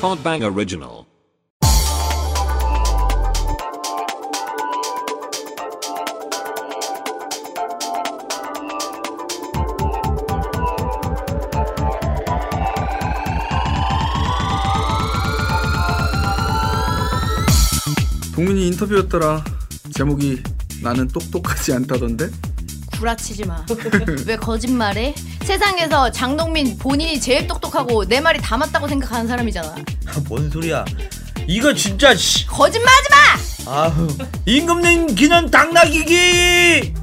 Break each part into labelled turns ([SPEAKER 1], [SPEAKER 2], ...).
[SPEAKER 1] Podbang Original.
[SPEAKER 2] 동민이 인터뷰였더라. 제목이 나는 똑똑하지 않다던데?
[SPEAKER 3] 구라치지 마. 왜 거짓말해? 세상에서 장동민 본인이 제일 똑똑하고 내 말이 다 맞다고 생각하는 사람이잖아.
[SPEAKER 4] 뭔 소리야? 이거 진짜 씨.
[SPEAKER 3] 거짓말하지 마!
[SPEAKER 4] 아우 임금님 기념 당나귀기.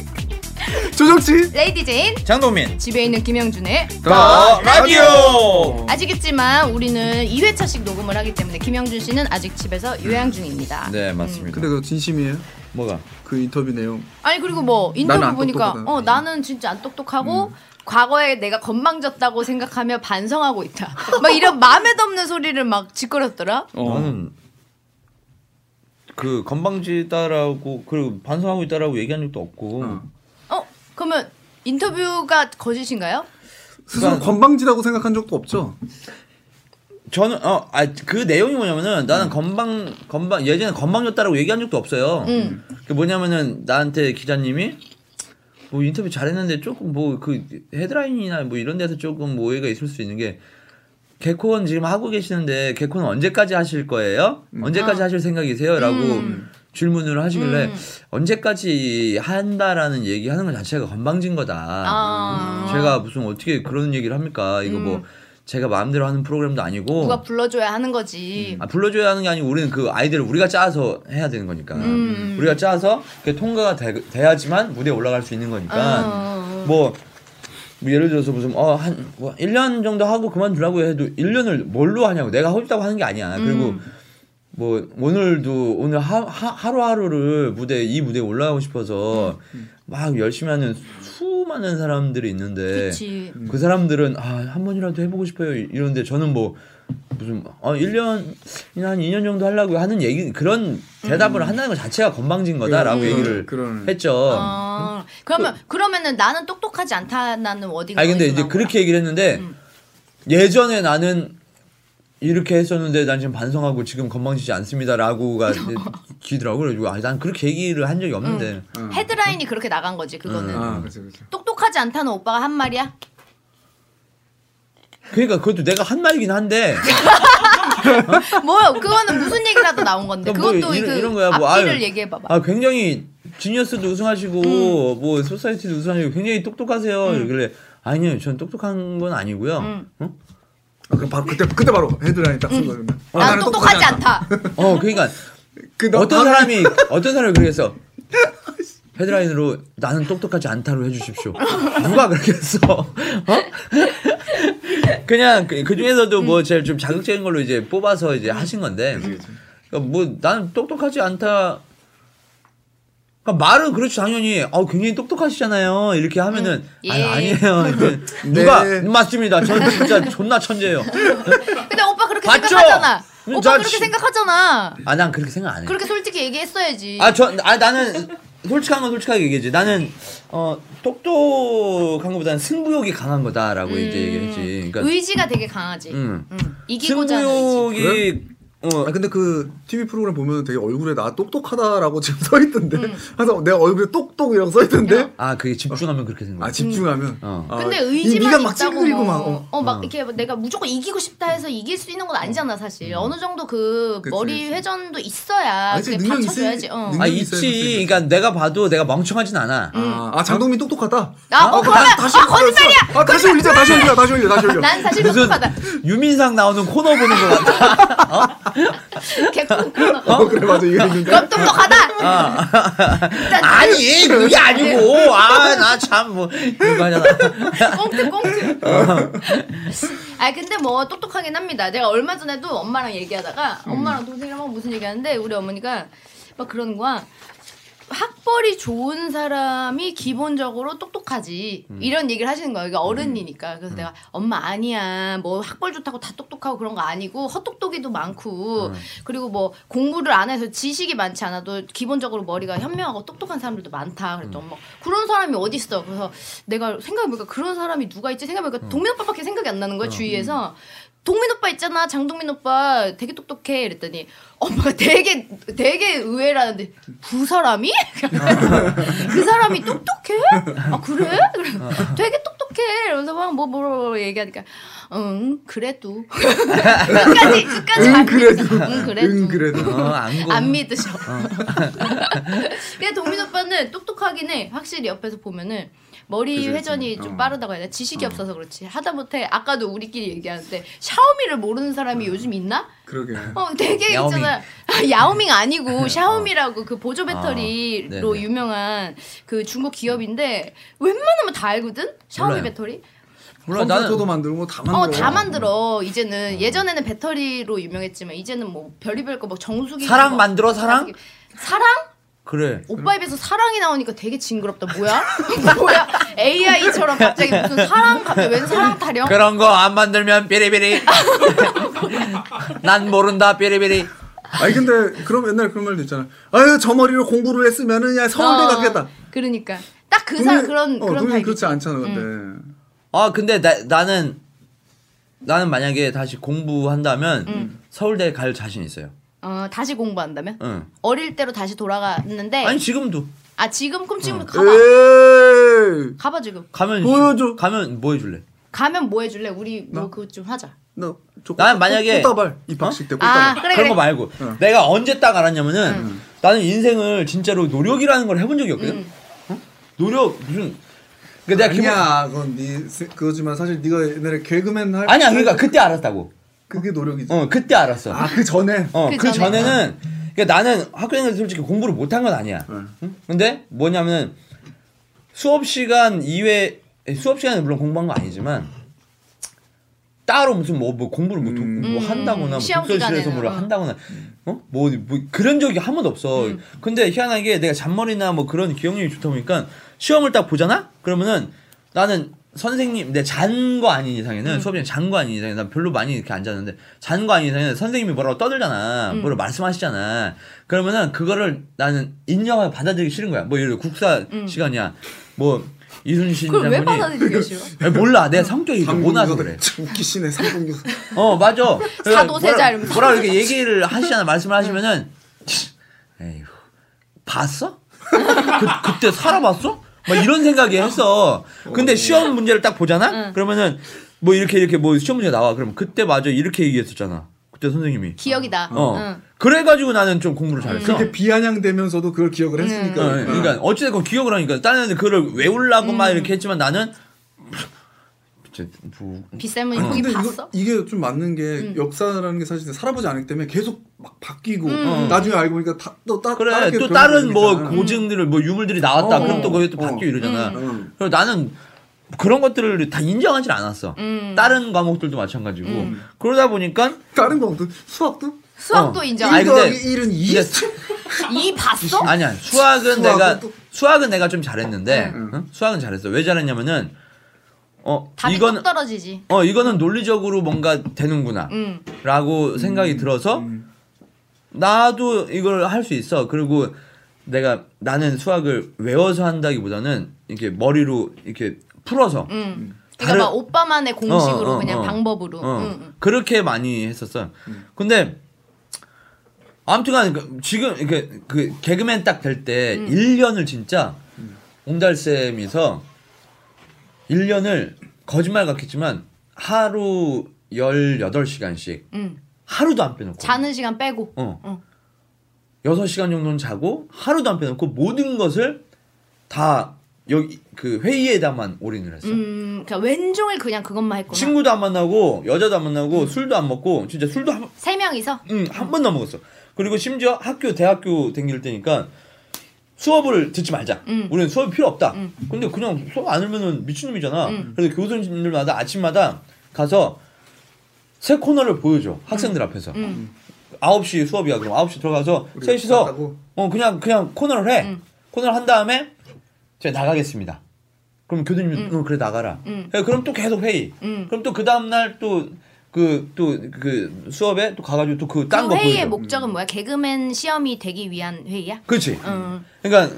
[SPEAKER 2] 조정치!
[SPEAKER 3] 레이디 제인
[SPEAKER 4] 장동민.
[SPEAKER 3] 집에 있는 김영준의
[SPEAKER 2] 아.
[SPEAKER 4] 더 라디오.
[SPEAKER 3] 아시겠지만 우리는 2회차씩 녹음을 하기 때문에 김영준 씨는 아직 집에서 요양 중입니다.
[SPEAKER 4] 네 맞습니다.
[SPEAKER 2] 근데 그거 진심이에요?
[SPEAKER 4] 뭐가?
[SPEAKER 2] 그 인터뷰 내용.
[SPEAKER 3] 아니 그리고 뭐
[SPEAKER 2] 나는
[SPEAKER 3] 인터뷰
[SPEAKER 2] 안
[SPEAKER 3] 보니까
[SPEAKER 2] 똑똑하다. 음.
[SPEAKER 3] 어 나는 진짜 안 똑똑하고 과거에 내가 건망졌다고 생각하며 반성하고 있다. 막 이런 마음에도 없는 소리를 막 짓거렸더라.
[SPEAKER 4] 나는 그 건방지다라고 그리고 반성하고 있다라고 얘기한 적도 없고.
[SPEAKER 3] 어 그러면 인터뷰가 거짓인가요?
[SPEAKER 2] 스스로 건방지다고 생각한 적도 없죠?
[SPEAKER 4] 저는 어 아 그 내용이 뭐냐면은 나는 건방 건방 예전에 건방졌다라고 얘기한 적도 없어요.
[SPEAKER 3] 음.
[SPEAKER 4] 그 뭐냐면은 나한테 기자님이 뭐 인터뷰 잘했는데 조금 뭐 그 헤드라인이나 뭐 이런 데서 조금 뭐 오해가 있을 수 있는 게 개콘 지금 하고 계시는데 개콘 언제까지 하실 거예요? 언제까지 하실 생각이세요?라고 질문을 하시길래
[SPEAKER 3] 아. 음.
[SPEAKER 4] 언제까지 한다라는 얘기하는 것 자체가 건방진 거다.
[SPEAKER 3] 아.
[SPEAKER 4] 제가 무슨 어떻게 그런 얘기를 합니까? 이거 뭐 제가 마음대로 하는 프로그램도 아니고
[SPEAKER 3] 음. 누가 불러줘야 하는 거지.
[SPEAKER 4] 아, 불러줘야 하는 게 아니고 우리는 그 아이들을 우리가 짜서 해야 되는 거니까
[SPEAKER 3] 음,
[SPEAKER 4] 우리가 짜서 그게 통과가 되, 돼야지만 무대에 올라갈 수 있는 거니까
[SPEAKER 3] 어.
[SPEAKER 4] 뭐, 뭐 예를 들어서 무슨 어한 뭐 1년 정도 하고 그만두라고 해도 1년을 뭘로 하냐고 내가 허접다고 하는 게 아니야 그리고
[SPEAKER 3] 음.
[SPEAKER 4] 뭐 오늘도 오늘 하, 하, 루하루를 무대 이 무대에 올라가고 싶어서
[SPEAKER 3] 음.
[SPEAKER 4] 막 열심히 하는 수많은 사람들이 있는데
[SPEAKER 3] 그치.
[SPEAKER 4] 그 사람들은 아 한 번이라도 해보고 싶어요 이런데 저는 뭐 무슨 어 1년이나 한 2년 정도 하려고 하는 얘기 그런 대답을 한다는 것 자체가 건방진 거다라고
[SPEAKER 2] 음.
[SPEAKER 4] 얘기를
[SPEAKER 2] 그런-
[SPEAKER 4] 했죠.
[SPEAKER 3] 아, 그러면 그러면은 나는 똑똑하지 않다는 워딩이
[SPEAKER 4] 아니 근데 이제 그렇게 얘기를 했는데
[SPEAKER 2] 음.
[SPEAKER 4] 예전에 나는 이렇게 했었는데 난 지금 반성하고 지금 건방지지 않습니다라고가 기더라고 그래가지고 아니 난 그렇게 얘기를 한 적이 없는데
[SPEAKER 2] 음.
[SPEAKER 3] 음. 헤드라인이 그렇게 나간 거지 그거는
[SPEAKER 4] 음.
[SPEAKER 2] 아, 그렇죠, 그렇죠.
[SPEAKER 3] 똑똑하지 않다는 오빠가 한 말이야.
[SPEAKER 4] 그러니까 그것도 내가 한 말이긴 한데
[SPEAKER 3] 뭐야 그거는 무슨 얘기라도 나온 건데
[SPEAKER 4] 그러니까 뭐
[SPEAKER 3] 그것도
[SPEAKER 4] 이런-
[SPEAKER 3] 그
[SPEAKER 4] 이런 거야, 뭐,
[SPEAKER 3] 앞뒤를
[SPEAKER 4] 아유.
[SPEAKER 3] 얘기해봐봐. 음.
[SPEAKER 4] 아 굉장히 지니어스도 우승하시고 뭐 소사이티도 우승하시고 굉장히 똑똑하세요. 이러길래 아니요, 전 똑똑한 건 아니고요.
[SPEAKER 3] 음.
[SPEAKER 4] 어? 응?
[SPEAKER 2] 아, 그 바로 그때, 그때 바로 헤드라인 딱 쓴 거예요. 아,
[SPEAKER 3] 난 똑똑하지 않다.
[SPEAKER 4] 어, 그러니까
[SPEAKER 2] 그, 너-
[SPEAKER 4] 어떤
[SPEAKER 2] 아,
[SPEAKER 4] 사람이 어떤 사람이 그래서 헤드라인으로 나는 똑똑하지 않다로 해주십시오. 누가 그렇게 했어? 어? 그냥 그, 그 중에서도 뭐 제일 좀 자극적인 걸로 이제 뽑아서 이제 하신 건데 그러니까 뭐 나는 똑똑하지 않다. 그러니까 말은 그렇지 당연히 어 굉장히 똑똑하시잖아요 이렇게 하면은
[SPEAKER 3] 음.
[SPEAKER 4] 아니
[SPEAKER 3] 예.
[SPEAKER 4] 아니에요 이렇게
[SPEAKER 2] 네.
[SPEAKER 4] 누가 맞습니다 저는 진짜 존나 천재예요
[SPEAKER 3] 근데 오빠 그렇게
[SPEAKER 4] 맞죠?
[SPEAKER 3] 생각하잖아. 오빠
[SPEAKER 4] 나
[SPEAKER 3] 그렇게
[SPEAKER 4] 지-
[SPEAKER 3] 생각하잖아.
[SPEAKER 4] 아 난 그렇게 생각 안 해요
[SPEAKER 3] 그렇게 솔직히 얘기했어야지.
[SPEAKER 4] 아, 저, 아, 나는 솔직한 건 솔직하게 얘기했지. 나는, 어, 똑똑한 것보다는 승부욕이 강한
[SPEAKER 3] 음.
[SPEAKER 4] 거다라고 이제 얘기했지. 그러니까,
[SPEAKER 3] 의지가 되게 강하지.
[SPEAKER 4] 음.
[SPEAKER 3] 응. 이기고자 하는 의지.
[SPEAKER 4] 승부욕이, 어,
[SPEAKER 2] 아, 근데 그 TV 프로그램 보면 되게 얼굴에 나 똑똑하다라고 지금 써있던데. 항상 내 얼굴에 똑똑이라고 써있던데.
[SPEAKER 4] 아, 그게 집중하면 그렇게 생각해.
[SPEAKER 2] 아, 집중하면.
[SPEAKER 4] 어.
[SPEAKER 2] 아,
[SPEAKER 3] 근데
[SPEAKER 2] 이-
[SPEAKER 3] 의지만
[SPEAKER 2] 네가
[SPEAKER 3] 있다고
[SPEAKER 2] 막 찡그리고 막.
[SPEAKER 3] 어,
[SPEAKER 2] 어.
[SPEAKER 3] 어, 막 이렇게 내가 무조건 이기고 싶다 해서 이길 수 있는 건 아니잖아 사실 어느 정도 그
[SPEAKER 2] 음. 그치,
[SPEAKER 3] 머리
[SPEAKER 2] 그치.
[SPEAKER 3] 회전도 있어야
[SPEAKER 2] 아니,
[SPEAKER 3] 그게
[SPEAKER 2] 능력
[SPEAKER 3] 받쳐줘야지
[SPEAKER 2] 있어야-
[SPEAKER 3] 어.
[SPEAKER 2] 능력-
[SPEAKER 4] 아,
[SPEAKER 2] 있어요, 있어요.
[SPEAKER 4] 있지. 그러니까 내가 봐도 내가 멍청하진 않아.
[SPEAKER 3] 음,
[SPEAKER 2] 아, 아, 장동민 똑똑하다.
[SPEAKER 3] 아, 어, 그러면
[SPEAKER 2] 아,
[SPEAKER 3] 아, 거짓말이야
[SPEAKER 2] 다시 올리자, 다시 올리자, 다시 올리자, 다시 올려.
[SPEAKER 3] 난 사실
[SPEAKER 4] 무슨
[SPEAKER 3] 똑똑하다
[SPEAKER 4] 유민상 나오는 코너 보는 것 같아.
[SPEAKER 3] 개콘 코너
[SPEAKER 2] 어, 그래, 맞아, 이거 있는데.
[SPEAKER 3] 그럼 똑똑하다
[SPEAKER 2] 아.
[SPEAKER 3] 어. 일단
[SPEAKER 4] 아니, 그게 아니고. 아, 나 참, 뭐, 이거 하잖아.
[SPEAKER 3] 꽁트 꽁트
[SPEAKER 2] 어.
[SPEAKER 3] 아 근데 뭐 똑똑하긴 합니다 내가 얼마 전에도 엄마랑 얘기하다가
[SPEAKER 2] 음.
[SPEAKER 3] 엄마랑 동생이랑 막 무슨 얘기하는데 우리 어머니가 막 그러는 거야 학벌이 좋은 사람이 기본적으로 똑똑하지 이런 얘기를 하시는 거예요. 그러니까 어른이니까 그래서 내가 엄마 아니야 뭐 학벌 좋다고 다 똑똑하고 그런 거 아니고 헛똑똑이도 많고 그리고 뭐 공부를 안 해서 지식이 많지 않아도 기본적으로 머리가 현명하고 똑똑한 사람들도 많다. 그랬더니 엄마 그런 사람이 어디 있어? 그래서 내가 생각해보니까 그런 사람이 누가 있지? 생각해보니까 동민 오빠밖에 생각이 안 나는 거야 주위에서. 동민 오빠 있잖아 장동민 오빠 되게 똑똑해 이랬더니 엄마가 되게 되게 의외라는데 그 사람이 그 사람이 똑똑해 아 그래 그래 되게 똑똑해 이러면서 막뭐뭐 뭐, 뭐 얘기하니까 응 그래도 끝까지 끝까지
[SPEAKER 2] 응,
[SPEAKER 3] 안
[SPEAKER 2] 그래도.
[SPEAKER 3] 믿으셔. 응 그래도
[SPEAKER 2] 응 그래도.
[SPEAKER 4] 어, 안고.
[SPEAKER 3] 안 믿으셔 근데 동민 오빠는 똑똑하긴 해 확실히 옆에서 보면은 머리
[SPEAKER 2] 그치, 그치.
[SPEAKER 3] 회전이 좀
[SPEAKER 2] 어.
[SPEAKER 3] 빠르다고 해야 되나 지식이 없어서 그렇지 하다못해 아까도 우리끼리 얘기하는데 샤오미를 모르는 사람이 요즘 있나?
[SPEAKER 2] 그러게.
[SPEAKER 3] 어 되게
[SPEAKER 4] 어. 야오밍.
[SPEAKER 3] 있잖아 야오밍 아니고 샤오미라고 그 보조 배터리로
[SPEAKER 4] 어, 네네.
[SPEAKER 3] 유명한 그 중국 기업인데 웬만하면 다 알거든 샤오미
[SPEAKER 4] 몰라요.
[SPEAKER 3] 배터리
[SPEAKER 4] 몰라
[SPEAKER 2] 컴퓨터도
[SPEAKER 4] 나는
[SPEAKER 2] 만들고 뭐 다 만들어.
[SPEAKER 3] 어 다 만들어 이제는 예전에는 배터리로 유명했지만 이제는 뭐 별의별 거 뭐 정수기
[SPEAKER 4] 사랑
[SPEAKER 3] 뭐-
[SPEAKER 4] 만들어, 사랑?
[SPEAKER 3] 사랑
[SPEAKER 4] 그래.
[SPEAKER 3] 오빠 입에서 사랑이 나오니까 되게 징그럽다. 뭐야? 뭐야? AI처럼 갑자기 무슨 사랑 갑자기 웬 사랑 타령?
[SPEAKER 2] 그러니까
[SPEAKER 4] 그런 거 안 만들면 삐리삐리. 난 모른다 삐리삐리.
[SPEAKER 2] 아니 근데 그럼 옛날 그런 말도 있잖아. 아유 저 머리로 공부를 했으면은 야 서울대
[SPEAKER 3] 어,
[SPEAKER 2] 갔겠다.
[SPEAKER 3] 그러니까 딱 그 사람 그런
[SPEAKER 2] 어,
[SPEAKER 3] 그런
[SPEAKER 2] 동네
[SPEAKER 3] 타입.
[SPEAKER 2] 그렇지 않잖아 네. 근데.
[SPEAKER 4] 아 근데 나, 나는 나는 만약에 다시 공부한다면
[SPEAKER 3] 음.
[SPEAKER 4] 서울대 갈 자신 있어요.
[SPEAKER 3] 어 다시 공부한다면
[SPEAKER 4] 응.
[SPEAKER 3] 어릴 때로 다시 돌아갔는데
[SPEAKER 4] 아니
[SPEAKER 3] 아
[SPEAKER 4] 지금도
[SPEAKER 3] 지금 꿈치면
[SPEAKER 2] 어.
[SPEAKER 3] 가봐.
[SPEAKER 2] 에이
[SPEAKER 3] 가봐 지금.
[SPEAKER 4] 가면
[SPEAKER 2] 보여줘.
[SPEAKER 4] 가면 뭐 해줄래?
[SPEAKER 3] 가면 뭐 해줄래? 우리 뭐 그거 좀 하자.
[SPEAKER 2] 나저
[SPEAKER 4] 난 만약에- 어?
[SPEAKER 2] 꽃다발 입학식 때
[SPEAKER 3] 아
[SPEAKER 2] 꽃다발.
[SPEAKER 3] 그래 음.
[SPEAKER 4] 그런
[SPEAKER 3] 그래.
[SPEAKER 4] 거 말고
[SPEAKER 2] 어.
[SPEAKER 4] 내가 언제 딱 알았냐면은 나는 인생을 진짜로 노력이라는 걸 해본 적이 없거든.
[SPEAKER 3] 음.
[SPEAKER 4] 응? 노력 무슨 그 내가 기본
[SPEAKER 2] 아니야 그건 네 세- 그거지만 사실 네가 옛날에 개그맨 할
[SPEAKER 4] 아니야 그러니까 그때 알았다고.
[SPEAKER 2] 그게 노력이지.
[SPEAKER 4] 어 그때 알았어.
[SPEAKER 2] 아 그 전에.
[SPEAKER 4] 어,
[SPEAKER 3] 그
[SPEAKER 4] 그
[SPEAKER 3] 전에.
[SPEAKER 4] 전에는 그러니까 나는 학교에서 솔직히 공부를 못한 건 아니야.
[SPEAKER 2] 응.
[SPEAKER 4] 응? 근데 뭐냐면 수업 시간 이외 수업 시간에 물론 공부한 건 아니지만 따로 무슨 뭐, 뭐 공부를 뭐, 도-
[SPEAKER 2] 음.
[SPEAKER 4] 뭐 한다거나 뭐
[SPEAKER 3] 시험
[SPEAKER 4] 독서실에서
[SPEAKER 3] 기간에는,
[SPEAKER 4] 뭘
[SPEAKER 3] 어.
[SPEAKER 4] 한다거나 어? 뭐, 뭐 그런 적이 한 번도 없어.
[SPEAKER 3] 음.
[SPEAKER 4] 근데 희한하게 내가 잔머리나 뭐 그런 기억력이 좋다 보니까 시험을 딱 보잖아? 그러면은 나는 선생님 내 잔 거 아닌 이상에는
[SPEAKER 3] 음.
[SPEAKER 4] 수업에 잔거 아닌 이상에 난 별로 많이 이렇게 안 자는데 잔 거 아닌 이상에는 선생님이 뭐라고 떠들잖아
[SPEAKER 3] 음.
[SPEAKER 4] 뭐라고 말씀하시잖아 그러면은 그거를 나는 인정하고 받아들이기 싫은 거야 뭐 예를 들어 국사 시간이야 뭐 이순신
[SPEAKER 3] 음. 그걸 왜
[SPEAKER 4] 장군이
[SPEAKER 3] 받아들이기 싫어?
[SPEAKER 4] 아니, 몰라 내 성격이 이렇게 모나서 그래
[SPEAKER 2] 그러니까 웃기시네 삼공유.
[SPEAKER 4] 어 맞아 그러니까
[SPEAKER 3] 사도세자
[SPEAKER 4] 뭐라-
[SPEAKER 3] 이러면서.
[SPEAKER 4] 뭐라 이렇게 얘기를 하시잖아 말씀을 하시면은 에휴 봤어? 그, 그때 살아봤어? 막 이런 생각이 했어 근데 시험 문제를 딱 보잖아 그러면은 뭐 이렇게 이렇게 뭐 시험 문제 나와 그러면 그때 맞아 이렇게 얘기했었잖아 그때 선생님이
[SPEAKER 3] 기억이다.
[SPEAKER 4] 어
[SPEAKER 3] 응.
[SPEAKER 4] 그래가지고 나는 좀 공부를 잘했어
[SPEAKER 2] 그렇게 비아냥되면서도 그걸 기억을
[SPEAKER 3] 네.
[SPEAKER 2] 했으니까.
[SPEAKER 4] 어, 그러니까 어찌됐건 기억을 하니까 다른 애들 그걸 외우려고
[SPEAKER 3] 음.
[SPEAKER 4] 막 이렇게 했지만 나는 진짜 뭐-
[SPEAKER 3] 비싼 분이 거기
[SPEAKER 2] 근데
[SPEAKER 3] 아, 봤어? 음.
[SPEAKER 2] 이거, 이게 좀 맞는 게 역사라는 게 사실 살아보지 않기 때문에 계속 막 바뀌고
[SPEAKER 3] 음.
[SPEAKER 2] 나중에 알고 보니까 다, 또, 따,
[SPEAKER 4] 어. 그래
[SPEAKER 2] 다르게
[SPEAKER 4] 또
[SPEAKER 2] 변하는
[SPEAKER 4] 다른 뭐
[SPEAKER 2] 거잖아. 음.
[SPEAKER 4] 고증들을 뭐 유물들이 나왔다
[SPEAKER 2] 어,
[SPEAKER 4] 그럼 또 거기 또
[SPEAKER 2] 어.
[SPEAKER 4] 바뀌고 이러잖아
[SPEAKER 2] 음.
[SPEAKER 4] 그래서 나는 그런 것들을 다 인정하질 않았어
[SPEAKER 3] 음.
[SPEAKER 4] 다른 과목들도 마찬가지고 그러다 보니까
[SPEAKER 2] 다른 것도 수학도
[SPEAKER 3] 수학도
[SPEAKER 4] 어.
[SPEAKER 3] 인정.
[SPEAKER 4] 아니,
[SPEAKER 2] 일 더하기
[SPEAKER 4] 근데-
[SPEAKER 2] 일은 이
[SPEAKER 4] 근데
[SPEAKER 3] 이 봤어?
[SPEAKER 4] 아니야 수학은
[SPEAKER 2] 수학은
[SPEAKER 4] 내가
[SPEAKER 2] 또- 음,
[SPEAKER 4] 수학은 내가 좀 잘했는데
[SPEAKER 2] 응.
[SPEAKER 4] 응? 수학은 잘했어 왜 잘했냐면은 어
[SPEAKER 3] 답이
[SPEAKER 4] 이건
[SPEAKER 3] 똑 음. 떨어지지.
[SPEAKER 4] 어 이거는 논리적으로 뭔가 되는구나
[SPEAKER 3] 응.
[SPEAKER 4] 라고 생각이 들어서 나도 이걸 할 수 있어. 그리고 내가 나는 수학을 외워서 한다기보다는 이렇게 머리로 이렇게 풀어서
[SPEAKER 3] 응. 그러니까
[SPEAKER 4] 음. 다른-
[SPEAKER 3] 막 오빠만의 공식으로
[SPEAKER 4] 어, 어,
[SPEAKER 3] 그냥
[SPEAKER 4] 어.
[SPEAKER 3] 방법으로.
[SPEAKER 4] 어,
[SPEAKER 3] 응, 응.
[SPEAKER 4] 그렇게 많이 했었어. 근데 아무튼간 그- 지금 이렇게 그 개그맨 딱 될 때
[SPEAKER 3] 음.
[SPEAKER 4] 1년을 진짜 옹달 쌤이서 1년을 거짓말 같겠지만 하루 18시간씩
[SPEAKER 3] 응.
[SPEAKER 4] 하루도 안 빼놓고
[SPEAKER 3] 자는 시간 빼고.
[SPEAKER 4] 어.
[SPEAKER 3] 응.
[SPEAKER 4] 6시간 정도는 자고 하루도 안 빼놓고 모든 것을 다 여기 그 회의에다만 올인을 했어.
[SPEAKER 3] 음, 그러니까 왼종일 그냥 그것만 했구나.
[SPEAKER 4] 친구도 안 만나고 여자도 안 만나고 술도 안 먹고 진짜 술도 한,
[SPEAKER 3] 세 명이서.
[SPEAKER 4] 음, 한 번도 안 먹었어. 그리고 심지어 학교 대학교 댕길 때니까 수업을 듣지 말자.
[SPEAKER 3] 음.
[SPEAKER 4] 우리는 수업이 필요 없다. 근데 그냥 수업 안 하면은 미친놈이잖아. 그래서 교수님들마다 아침마다 가서 새 코너를 보여줘. 학생들 앞에서.
[SPEAKER 3] 음.
[SPEAKER 4] 9시 수업이야. 그럼 9시 들어가서 셋이서
[SPEAKER 2] 갔다고?
[SPEAKER 4] 어 그냥 그냥 코너를 해.
[SPEAKER 3] 음.
[SPEAKER 4] 코너를 한 다음에 제가 나가겠습니다. 그럼 교수님이 어, 그래 나가라.
[SPEAKER 3] 음.
[SPEAKER 4] 예, 그럼 또 계속 회의.
[SPEAKER 3] 음.
[SPEAKER 4] 그럼 또 그 다음 날 또 그 또 그 수업에 또 가가지고 또 그 딴
[SPEAKER 3] 그
[SPEAKER 4] 거
[SPEAKER 3] 회의의
[SPEAKER 4] 보여줘.
[SPEAKER 3] 목적은 뭐야? 개그맨 시험이 되기 위한 회의야?
[SPEAKER 4] 그렇지.
[SPEAKER 3] 응.
[SPEAKER 4] 그러니까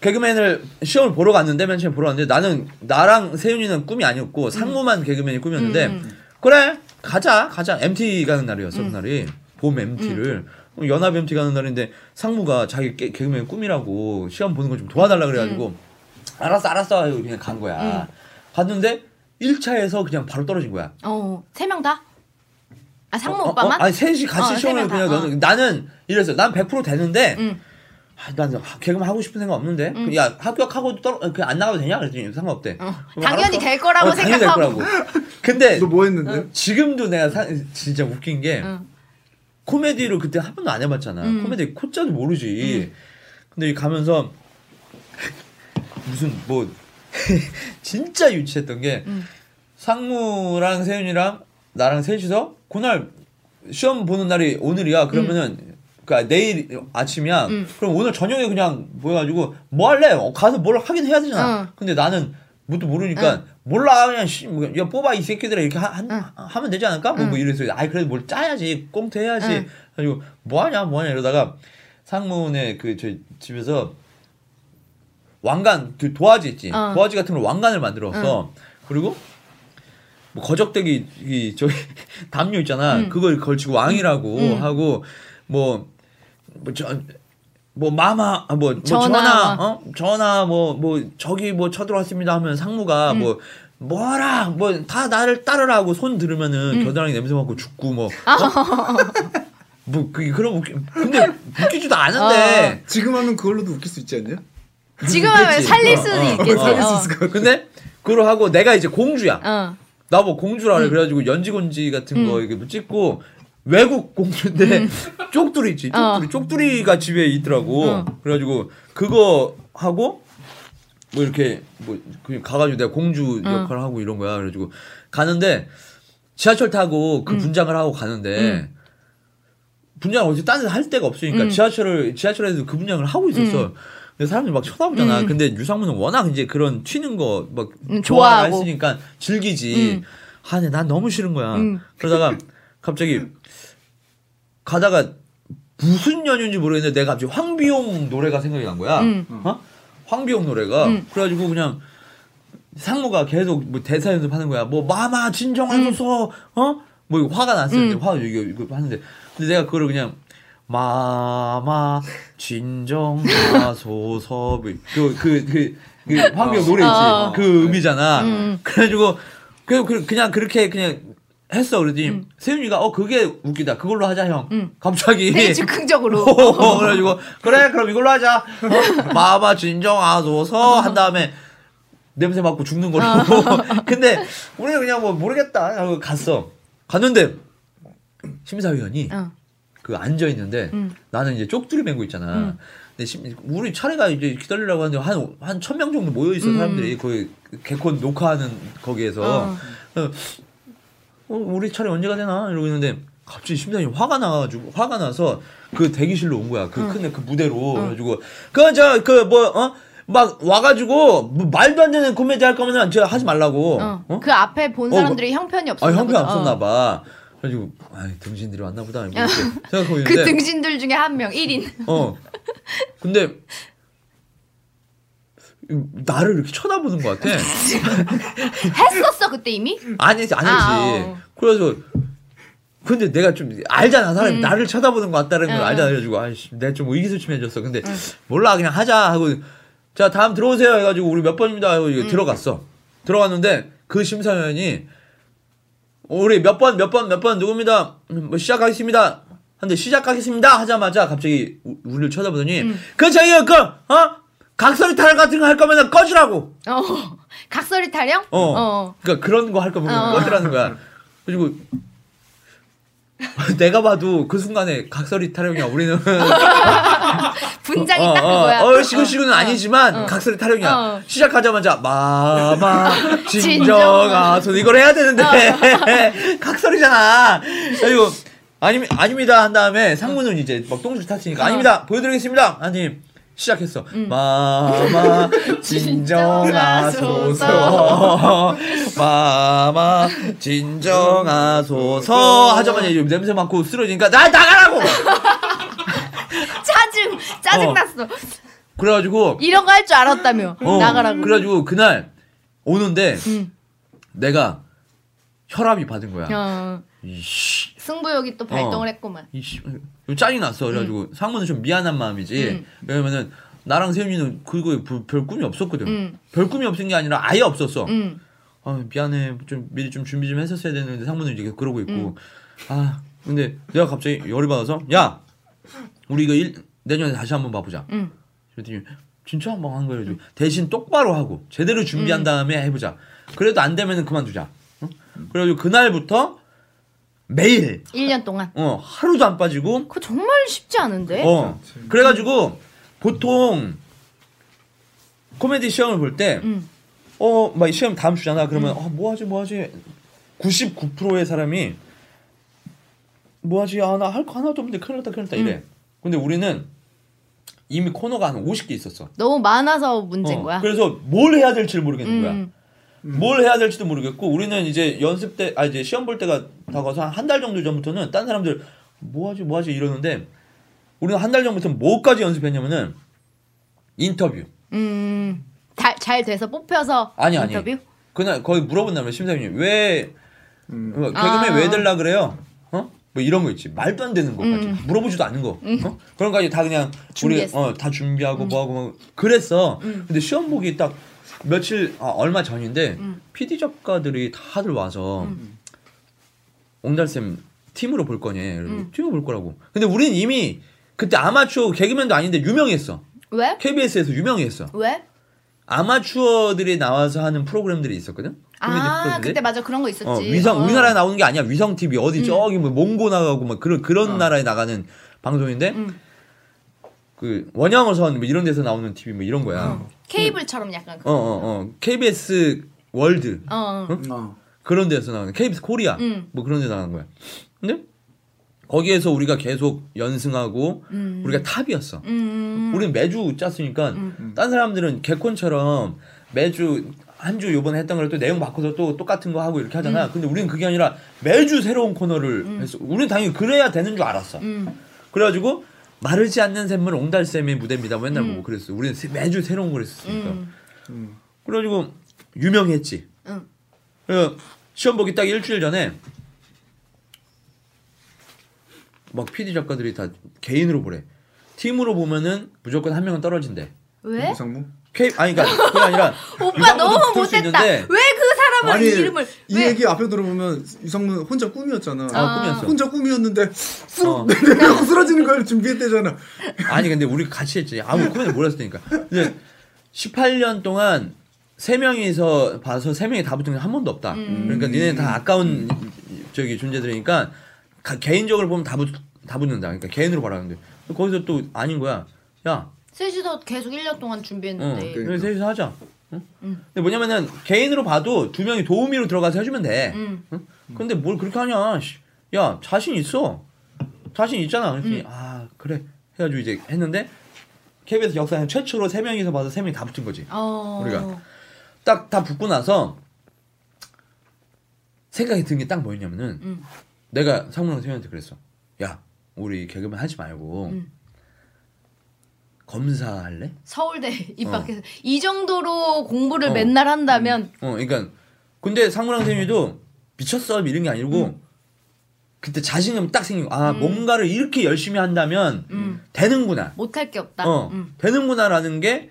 [SPEAKER 4] 개그맨을 시험을 보러 갔는데 맨 처음 보러 갔는데 나는 나랑 세윤이는 꿈이 아니었고 상무만 개그맨이 꿈이었는데 그래 가자 가자 MT 가는 날이었어 그날이 봄 MT를 어, 연합 MT 가는 날인데 상무가 자기 개, 개그맨 꿈이라고 시험 보는 걸 좀 도와달라 그래가지고 알았어 알았어 하고 그냥 간 거야 갔는데 1차에서 그냥 바로 떨어진 거야
[SPEAKER 3] 어, 세 명 다? 아, 상무
[SPEAKER 4] 어, 어,
[SPEAKER 3] 오빠만?
[SPEAKER 4] 어? 아니 셋이 같이
[SPEAKER 3] 어,
[SPEAKER 4] 시험을
[SPEAKER 3] 셋이
[SPEAKER 4] 그냥
[SPEAKER 3] 다, 어. 음.
[SPEAKER 4] 넣는- 나는 이랬어 난 100% 되는데
[SPEAKER 3] 응.
[SPEAKER 4] 아, 난 하- 개그맨 하고 싶은 생각 없는데 야 합격하고도 떨어 그냥 안 나가도 되냐 그랬더니 상관없대
[SPEAKER 3] 음. 어.
[SPEAKER 4] 그럼
[SPEAKER 3] 당연히
[SPEAKER 4] 알았어.
[SPEAKER 3] 될 거라고
[SPEAKER 4] 어, 당연히 될
[SPEAKER 3] 생각하고.
[SPEAKER 4] 거라고. 근데
[SPEAKER 2] 너 뭐
[SPEAKER 3] 어.
[SPEAKER 2] 했는데?
[SPEAKER 4] 지금도 내가 사- 진짜 웃긴 게
[SPEAKER 3] 응.
[SPEAKER 4] 코미디를 그때 한 번도 안 해봤잖아.
[SPEAKER 3] 음.
[SPEAKER 4] 코미디 코자도 모르지. 근데 여기 가면서 무슨 뭐 진짜 유치했던 게
[SPEAKER 3] 음.
[SPEAKER 4] 상무랑 세윤이랑 나랑 셋이서 그날 시험 보는 날이 오늘이야. 그러면은 그니까 내일 아침이야.
[SPEAKER 3] 음.
[SPEAKER 4] 그럼 오늘 저녁에 그냥 모여가지고 뭐 할래? 어, 가서 뭘 하긴 해야 되잖아.
[SPEAKER 3] 응.
[SPEAKER 4] 근데 나는 뭣도 모르니까 몰라 그냥 씨, 뭐, 야 뽑아 이 새끼들아 이렇게 하, 한- 하면 되지 않을까? 뭐, 뭐 이래서 아이 그래도 뭘 짜야지 꽁트 해야지.
[SPEAKER 3] 응.
[SPEAKER 4] 그래가지고 뭐하냐 뭐하냐 이러다가 상무네 그 저희 집에서 왕관 그 도화지 있지
[SPEAKER 3] 어.
[SPEAKER 4] 도화지 같은 걸 왕관을 만들어서 그리고 뭐 거적대기 이 저기 담요 있잖아 그걸 걸치고 왕이라고 하고 뭐 뭐저 뭐 마마 아, 뭐, 뭐
[SPEAKER 3] 전하.
[SPEAKER 4] 전화, 어 전화 뭐 뭐 저기 뭐 쳐들어왔습니다 하면 상무가 뭐 뭐라 뭐 다 나를 따르라고 손 들으면은 겨드랑이 냄새 맡고 죽고 뭐
[SPEAKER 3] 아.
[SPEAKER 4] 어? 뭐 그, 그런 웃기 근데 웃기지도 않은데
[SPEAKER 2] 지금 하면 그걸로도 웃길 수 있지 않냐?
[SPEAKER 3] 지금 하면
[SPEAKER 4] 그치?
[SPEAKER 3] 살릴
[SPEAKER 4] 어,
[SPEAKER 3] 수는
[SPEAKER 4] 어,
[SPEAKER 3] 있겠지.
[SPEAKER 4] 어, 살릴 수
[SPEAKER 3] 어.
[SPEAKER 2] 있을 것 같아.
[SPEAKER 4] 근데 그걸 하고 내가 이제 공주야
[SPEAKER 3] 어.
[SPEAKER 4] 나 뭐 공주라
[SPEAKER 3] 음.
[SPEAKER 4] 그래 그래가지고 연지곤지 같은 거 이렇게 뭐 찍고 외국 공주인데 쪽두리 있지 쪽두리
[SPEAKER 3] 음. 어.
[SPEAKER 4] 쪽두리가 집에 있더라고
[SPEAKER 3] 어.
[SPEAKER 4] 그래가지고 그거 하고 뭐 이렇게 뭐 그냥 가가지고 내가 공주
[SPEAKER 3] 어.
[SPEAKER 4] 역할을 하고 이런 거야 그래가지고 가는데 지하철 타고
[SPEAKER 3] 음.
[SPEAKER 4] 그 분장을 하고 가는데 분장을 어디 딴 데서 할 데가 없으니까
[SPEAKER 3] 음.
[SPEAKER 4] 지하철을 지하철에서 그 분장을 하고 있었어 근데 사람들이 막 쳐다보잖아 근데 유상무는 워낙 이제 그런 튀는 거막
[SPEAKER 3] 음, 좋아하고.
[SPEAKER 4] 했으니까 즐기지.
[SPEAKER 3] 음.
[SPEAKER 4] 아, 근데 난 너무 싫은 거야.
[SPEAKER 3] 음.
[SPEAKER 4] 그러다가 갑자기 가다가 무슨 연유인지 모르겠는데 내가 갑자기 황비용 노래가 생각이 난 거야.
[SPEAKER 3] 음.
[SPEAKER 4] 어? 황비용 노래가
[SPEAKER 3] 음.
[SPEAKER 4] 그래가지고 그냥 상무가 계속 뭐 대사 연습하는 거야. 뭐 마마 진정하소서 어? 뭐 이거 화가 났어요.
[SPEAKER 3] 음.
[SPEAKER 4] 근데 화 이거 이거 하는데 근데 내가 그거를 그냥 마마 진정하소서 뭐 그그그 그, 황비용 노래 있지
[SPEAKER 3] 어.
[SPEAKER 4] 그 음이잖아.
[SPEAKER 3] 음.
[SPEAKER 4] 그래가지고 그, 그 그냥 그렇게 그냥 했어. 그랬더니 세윤이가 어 그게 웃기다. 그걸로 하자 형.
[SPEAKER 3] 음.
[SPEAKER 4] 갑자기
[SPEAKER 3] 되게 즉흥적으로.
[SPEAKER 4] 어, 그래가지고 그래 그럼 이걸로 하자 어, 마마 진정하소서 한 다음에 냄새 맡고 죽는 걸로 근데 우리는 그냥 뭐 모르겠다 하고 갔어 갔는데 심사위원이
[SPEAKER 3] 어.
[SPEAKER 4] 그 앉아 있는데
[SPEAKER 3] 음.
[SPEAKER 4] 나는 이제 쪽두리 메고 있잖아 근데 심, 우리 차례가 이제 기다리려고 하는데 한한 천 명 정도 모여 있어 사람들이 거기 개콘 녹화하는 거기에서
[SPEAKER 3] 음. 어.
[SPEAKER 4] 어, 우리 차례 언제가 되나 이러고 있는데 갑자기 심장이 화가 나가지고 화가 나서 그 대기실로 온 거야
[SPEAKER 3] 어.
[SPEAKER 4] 그 큰 그 무대로 그래가지고 뭐, 그저그뭐어막 와가지고 뭐 말도 안 되는 코미디 할 거면 저 하지 말라고
[SPEAKER 3] 어.
[SPEAKER 4] 어?
[SPEAKER 3] 그 앞에 본
[SPEAKER 4] 어,
[SPEAKER 3] 사람들이 형편이
[SPEAKER 4] 아
[SPEAKER 3] 없었나
[SPEAKER 4] 형편
[SPEAKER 3] 보다. 어.
[SPEAKER 4] 없었나 봐 그래가지고 아 등신들이 왔나 보다 뭐 이렇게 생각하고 있는데
[SPEAKER 3] 그 등신들 중에 한 명, 1인.
[SPEAKER 4] 어. 근데 나를 이렇게 쳐다보는 것 같아.
[SPEAKER 3] 했었어, 그때 이미?
[SPEAKER 4] 아니지, 아니지.
[SPEAKER 3] 아, 어.
[SPEAKER 4] 그래서 근데 내가 좀 알잖아 사람이 나를 쳐다보는 것 같다는 걸
[SPEAKER 3] 응,
[SPEAKER 4] 알잖아 그래가지고 아이씨 내가 좀 의기소침해졌어 근데 몰라 그냥 하자 하고 자 다음 들어오세요 해가지고 우리 몇 번입니다 하고 이거 들어갔어 들어갔는데 그 심사위원이 우리 몇 번 몇 번 몇 번 누굽니다 음, 뭐 시작하겠습니다 근데 시작하겠습니다 하자마자 갑자기 우- 우리를 쳐다보더니 그 저기요 그어 각설이 탈 같은 거 할 거면 꺼지라고
[SPEAKER 3] 어. 각설이 타령?
[SPEAKER 4] 어. 그러니까 그런 거 할 거면
[SPEAKER 3] 어.
[SPEAKER 4] 꺼지라는 거야. 그리고 내가 봐도 그 순간에 각설이 타령이야. 우리는
[SPEAKER 3] 분장이
[SPEAKER 4] 어,
[SPEAKER 3] 딱
[SPEAKER 4] 어,
[SPEAKER 3] 그거야.
[SPEAKER 4] 어, 시구시구는 아니지만
[SPEAKER 3] 어.
[SPEAKER 4] 각설이 타령이야.
[SPEAKER 3] 어.
[SPEAKER 4] 시작하자마자 마마
[SPEAKER 3] 진정아.
[SPEAKER 4] 진정아. 저 이걸 해야 되는데
[SPEAKER 3] 어.
[SPEAKER 4] 각설이잖아. 그리고 아니 아닙니다 한 다음에 상무는 이제 막 똥줄 탔으니까
[SPEAKER 3] 어. 음.
[SPEAKER 4] 아닙니다 보여드리겠습니다. 아니 시작했어. 마마 진정하소서. 마마 진정하소서.
[SPEAKER 3] 음.
[SPEAKER 4] 하자마자 이제 냄새 맡고 쓰러지니까 나 나가라고.
[SPEAKER 3] 짜증, 짜증났어.
[SPEAKER 4] 그래가지고
[SPEAKER 3] 이런 거 할 줄 알았다며.
[SPEAKER 4] 어,
[SPEAKER 3] 나가라고.
[SPEAKER 4] 그래가지고 그날 오는데
[SPEAKER 3] 음.
[SPEAKER 4] 내가 혈압이 받은 거야.
[SPEAKER 3] 어,
[SPEAKER 4] 이씨.
[SPEAKER 3] 승부욕이 또
[SPEAKER 4] 어.
[SPEAKER 3] 발동을 했구만.
[SPEAKER 4] 이씨. 짜증이 났어. 그래가지고 상무는 좀 미안한 마음이지. 왜냐면은 나랑 세윤이는 그거 별 꿈이 없었거든.
[SPEAKER 3] 음.
[SPEAKER 4] 별 꿈이 없은 게 아니라 아예 없었어.
[SPEAKER 3] 응.
[SPEAKER 4] 아 미안해 좀 미리 좀 준비 좀 했었어야 되는데 상무는 이제 그러고 있고 아 근데 내가 갑자기 열이 받아서 야 우리 이거 일, 내년에 다시 한번 봐보자
[SPEAKER 3] 응.
[SPEAKER 4] 그랬더니 진짜 한번 하는 거예요 대신 똑바로 하고 제대로 준비한 다음에 해보자 그래도 안 되면은 그만두자 응? 그래가지고 그날부터 매일
[SPEAKER 3] 1년 동안.
[SPEAKER 4] 어 하루도 안 빠지고
[SPEAKER 3] 그거 정말 쉽지 않은데?
[SPEAKER 4] 어 그래가지고 보통 코미디 시험을 볼때
[SPEAKER 3] 응.
[SPEAKER 4] 어, 막 시험 음. 다음 주잖아. 그러면 아, 뭐 하지? 뭐 하지? 99%의 사람이 뭐 하지? 아, 나 할 거 하나도 없는데 큰일 났다. 큰일 났다. 이래. 근데 우리는 이미 코너가 한 50개 있었어.
[SPEAKER 3] 너무 많아서 문제인
[SPEAKER 4] 어,
[SPEAKER 3] 거야.
[SPEAKER 4] 그래서 뭘 해야 될지 를 모르겠는
[SPEAKER 3] 음,
[SPEAKER 4] 거야.
[SPEAKER 3] 음.
[SPEAKER 4] 뭘 해야 될지도 모르겠고 우리는 이제 연습 때, 아 이제 시험 볼 때가 다가서 한 한 달 정도 전부터는 딴 사람들 뭐 하지? 뭐 하지? 이러는데 우리는 한 달 전부터 뭐까지 연습했냐면은 인터뷰.
[SPEAKER 3] 음. 다, 잘 돼서 뽑혀서
[SPEAKER 4] 아니, 아니.
[SPEAKER 3] 인터뷰?
[SPEAKER 4] 그날 거의 물어본다며 심사위원님 왜
[SPEAKER 2] 음.
[SPEAKER 4] 어, 개그맨
[SPEAKER 3] 아.
[SPEAKER 4] 왜 될라 그래요? 어? 뭐 이런 거 있지 말도 안 되는 거까지
[SPEAKER 3] 음.
[SPEAKER 4] 물어보지도 않은 거 어? 그런 거까지 다 그냥
[SPEAKER 3] 준비했어. 음.
[SPEAKER 4] 우리 어, 다 준비하고 뭐하고 뭐 그랬어 근데 시험 보기 딱 며칠 아, 얼마 전인데
[SPEAKER 3] 음.
[SPEAKER 4] PD 작가들이 다들 와서 옹달쌤 팀으로 볼 거냐
[SPEAKER 3] 음.
[SPEAKER 4] 팀으로 볼 거라고 근데 우리는 이미 그때 아마추어 개그맨도 아닌데 유명했어
[SPEAKER 3] 왜?
[SPEAKER 4] KBS에서 유명했어
[SPEAKER 3] 왜?
[SPEAKER 4] 아마추어들이 나와서 하는 프로그램들이 있었거든 코미디
[SPEAKER 3] 아,
[SPEAKER 4] 프로그램들이.
[SPEAKER 3] 그때 맞아. 그런 거 있었지.
[SPEAKER 4] 어, 위성
[SPEAKER 3] 어. 음.
[SPEAKER 4] 우리나라에 나오는 게 아니야. 위성 TV 어디 저기 뭐 몽고 나가고 막 그런 그런 나라에 나가는 방송인데
[SPEAKER 3] 어. 음.
[SPEAKER 4] 그 원양어선 뭐 이런 데서 나오는 TV 뭐 이런
[SPEAKER 3] 어.
[SPEAKER 4] 거야.
[SPEAKER 3] 케이블처럼 약간
[SPEAKER 4] 어어
[SPEAKER 3] 그.
[SPEAKER 4] 어, KBS 월드
[SPEAKER 3] 어. 어.
[SPEAKER 2] 어.
[SPEAKER 4] 그런 데서 나오는 KBS 코리아
[SPEAKER 3] 음.
[SPEAKER 4] 뭐 그런 데 나가는 거야. 근데 거기에서 우리가 계속 연승하고
[SPEAKER 3] 음.
[SPEAKER 4] 우리가 탑이었어.
[SPEAKER 3] 음.
[SPEAKER 4] 우리는 매주 짰으니까 딴 사람들은 개콘처럼 매주 한 주 요번에 했던 걸 또 내용 바꿔서 또 똑같은 거 하고 이렇게
[SPEAKER 3] 음.
[SPEAKER 4] 하잖아. 근데 우리는 그게 아니라 매주 새로운 코너를 했어. 우리는 당연히 그래야 되는 줄 알았어.
[SPEAKER 3] 음.
[SPEAKER 4] 그래가지고 마르지 않는 샘은 옹달샘의 무대입니다. 맨날 보고 그랬어. 우리는 세- 매주 새로운 걸 했으니까.
[SPEAKER 3] 음.
[SPEAKER 2] 음.
[SPEAKER 4] 그래가지고 유명했지.
[SPEAKER 3] 응.
[SPEAKER 4] 그 시험 보기 딱 일주일 전에 막 PD 작가들이 다 개인으로 보래. 팀으로 보면은 무조건 한 명은 떨어진대.
[SPEAKER 3] 왜?
[SPEAKER 2] 이상무?
[SPEAKER 4] K 아니 그러니까 그게 아니라
[SPEAKER 3] 오빠
[SPEAKER 4] 유방도
[SPEAKER 3] 너무
[SPEAKER 4] 붙을 수
[SPEAKER 3] 못됐다. 왜
[SPEAKER 4] 있는데
[SPEAKER 3] 그 사람을
[SPEAKER 2] 아니
[SPEAKER 3] 이름을
[SPEAKER 2] 이
[SPEAKER 3] 왜?
[SPEAKER 2] 얘기 앞에 들어보면 이성문 혼자 꿈이었잖아.
[SPEAKER 4] 아, 꿈이었어.
[SPEAKER 2] 혼자 네. 꿈이었는데 쓰
[SPEAKER 4] 어.
[SPEAKER 2] 내려고 쓰러지는 걸 준비했대잖아.
[SPEAKER 4] 아니 근데 우리 같이 했지 아무 그건 몰랐을 테니까. 근데 18년 동안 세 명이서 봐서 세 명이 다 붙은 게 한 번도 없다.
[SPEAKER 2] 음.
[SPEAKER 4] 그러니까 니네 다 아까운 저기 존재들이니까 가- 개인적으로 보면 다, 붙, 다 붙는다. 그러니까 개인으로 바라는데 거기서 또 아닌 거야. 야,
[SPEAKER 3] 셋이서 계속 1년 동안
[SPEAKER 2] 네.
[SPEAKER 4] 응, 그러니까.
[SPEAKER 3] 준비했는데.
[SPEAKER 4] 우리 셋이서 하자. 응?
[SPEAKER 2] 음.
[SPEAKER 3] 응.
[SPEAKER 4] 근데 뭐냐면은 개인으로 봐도 두 명이 도우미로 들어가서 해주면 돼.
[SPEAKER 3] 음.
[SPEAKER 4] 응? 근데 뭘 그렇게 하냐? 씨. 야 자신 있어. 자신 있잖아. 그랬더니
[SPEAKER 3] 음.
[SPEAKER 4] 아 그래 해가지고 이제 했는데 KBS 역사상 최초로 세 명이서 봐서 세 명이 다 붙은 거지.
[SPEAKER 3] 어.
[SPEAKER 4] 우리가. 딱 다 붙고 나서 생각이 든 게 딱 뭐였냐면은
[SPEAKER 3] 음.
[SPEAKER 4] 내가 상무랑 세현한테 그랬어. 야 우리 개그맨 하지 말고
[SPEAKER 3] 음.
[SPEAKER 4] 검사할래?
[SPEAKER 3] 서울대 입학해서 이 정도로 공부를
[SPEAKER 4] 어.
[SPEAKER 3] 맨날 한다면
[SPEAKER 4] 어, 그러니까 근데 상무랑 쌤이도 미쳤어 이런 게 아니고
[SPEAKER 3] 음.
[SPEAKER 4] 그때 자신감 딱 생기고 아 뭔가를 이렇게 열심히 한다면
[SPEAKER 3] 음.
[SPEAKER 4] 되는구나.
[SPEAKER 3] 못할 게 없다.
[SPEAKER 4] 어,
[SPEAKER 3] 음.
[SPEAKER 4] 되는구나라는 게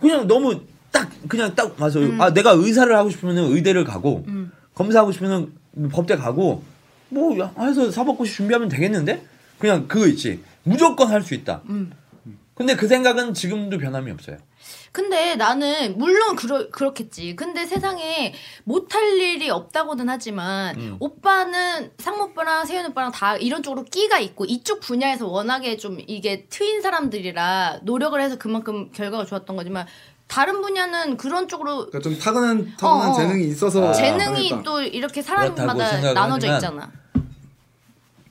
[SPEAKER 4] 그냥 너무 딱 그냥 딱 와서 아 내가 의사를 하고 싶으면 의대를 가고
[SPEAKER 3] 음.
[SPEAKER 4] 검사하고 싶으면 법대 가고 뭐 야, 해서 사법고시 준비하면 되겠는데 그냥 그거 있지 무조건 할 수 있다.
[SPEAKER 3] 음.
[SPEAKER 4] 근데 그 생각은 지금도 변함이 없어요.
[SPEAKER 3] 근데 나는 물론 그러, 그렇겠지. 근데 세상에 못할 일이 없다고는 하지만
[SPEAKER 4] 음.
[SPEAKER 3] 오빠는 상무 오빠랑 세윤 오빠랑 다 이런 쪽으로 끼가 있고 이쪽 분야에서 워낙에 좀 이게 트인 사람들이라 노력을 해서 그만큼 결과가 좋았던 거지만 다른 분야는 그런 쪽으로
[SPEAKER 2] 그러니까 좀 타고난 타고난
[SPEAKER 3] 어, 어.
[SPEAKER 2] 재능이 있어서
[SPEAKER 4] 아,
[SPEAKER 3] 재능이
[SPEAKER 2] 당했다.
[SPEAKER 3] 또 이렇게
[SPEAKER 4] 그렇다고
[SPEAKER 3] 사람마다
[SPEAKER 4] 생각을
[SPEAKER 3] 나눠져
[SPEAKER 4] 하지만-
[SPEAKER 3] 있잖아.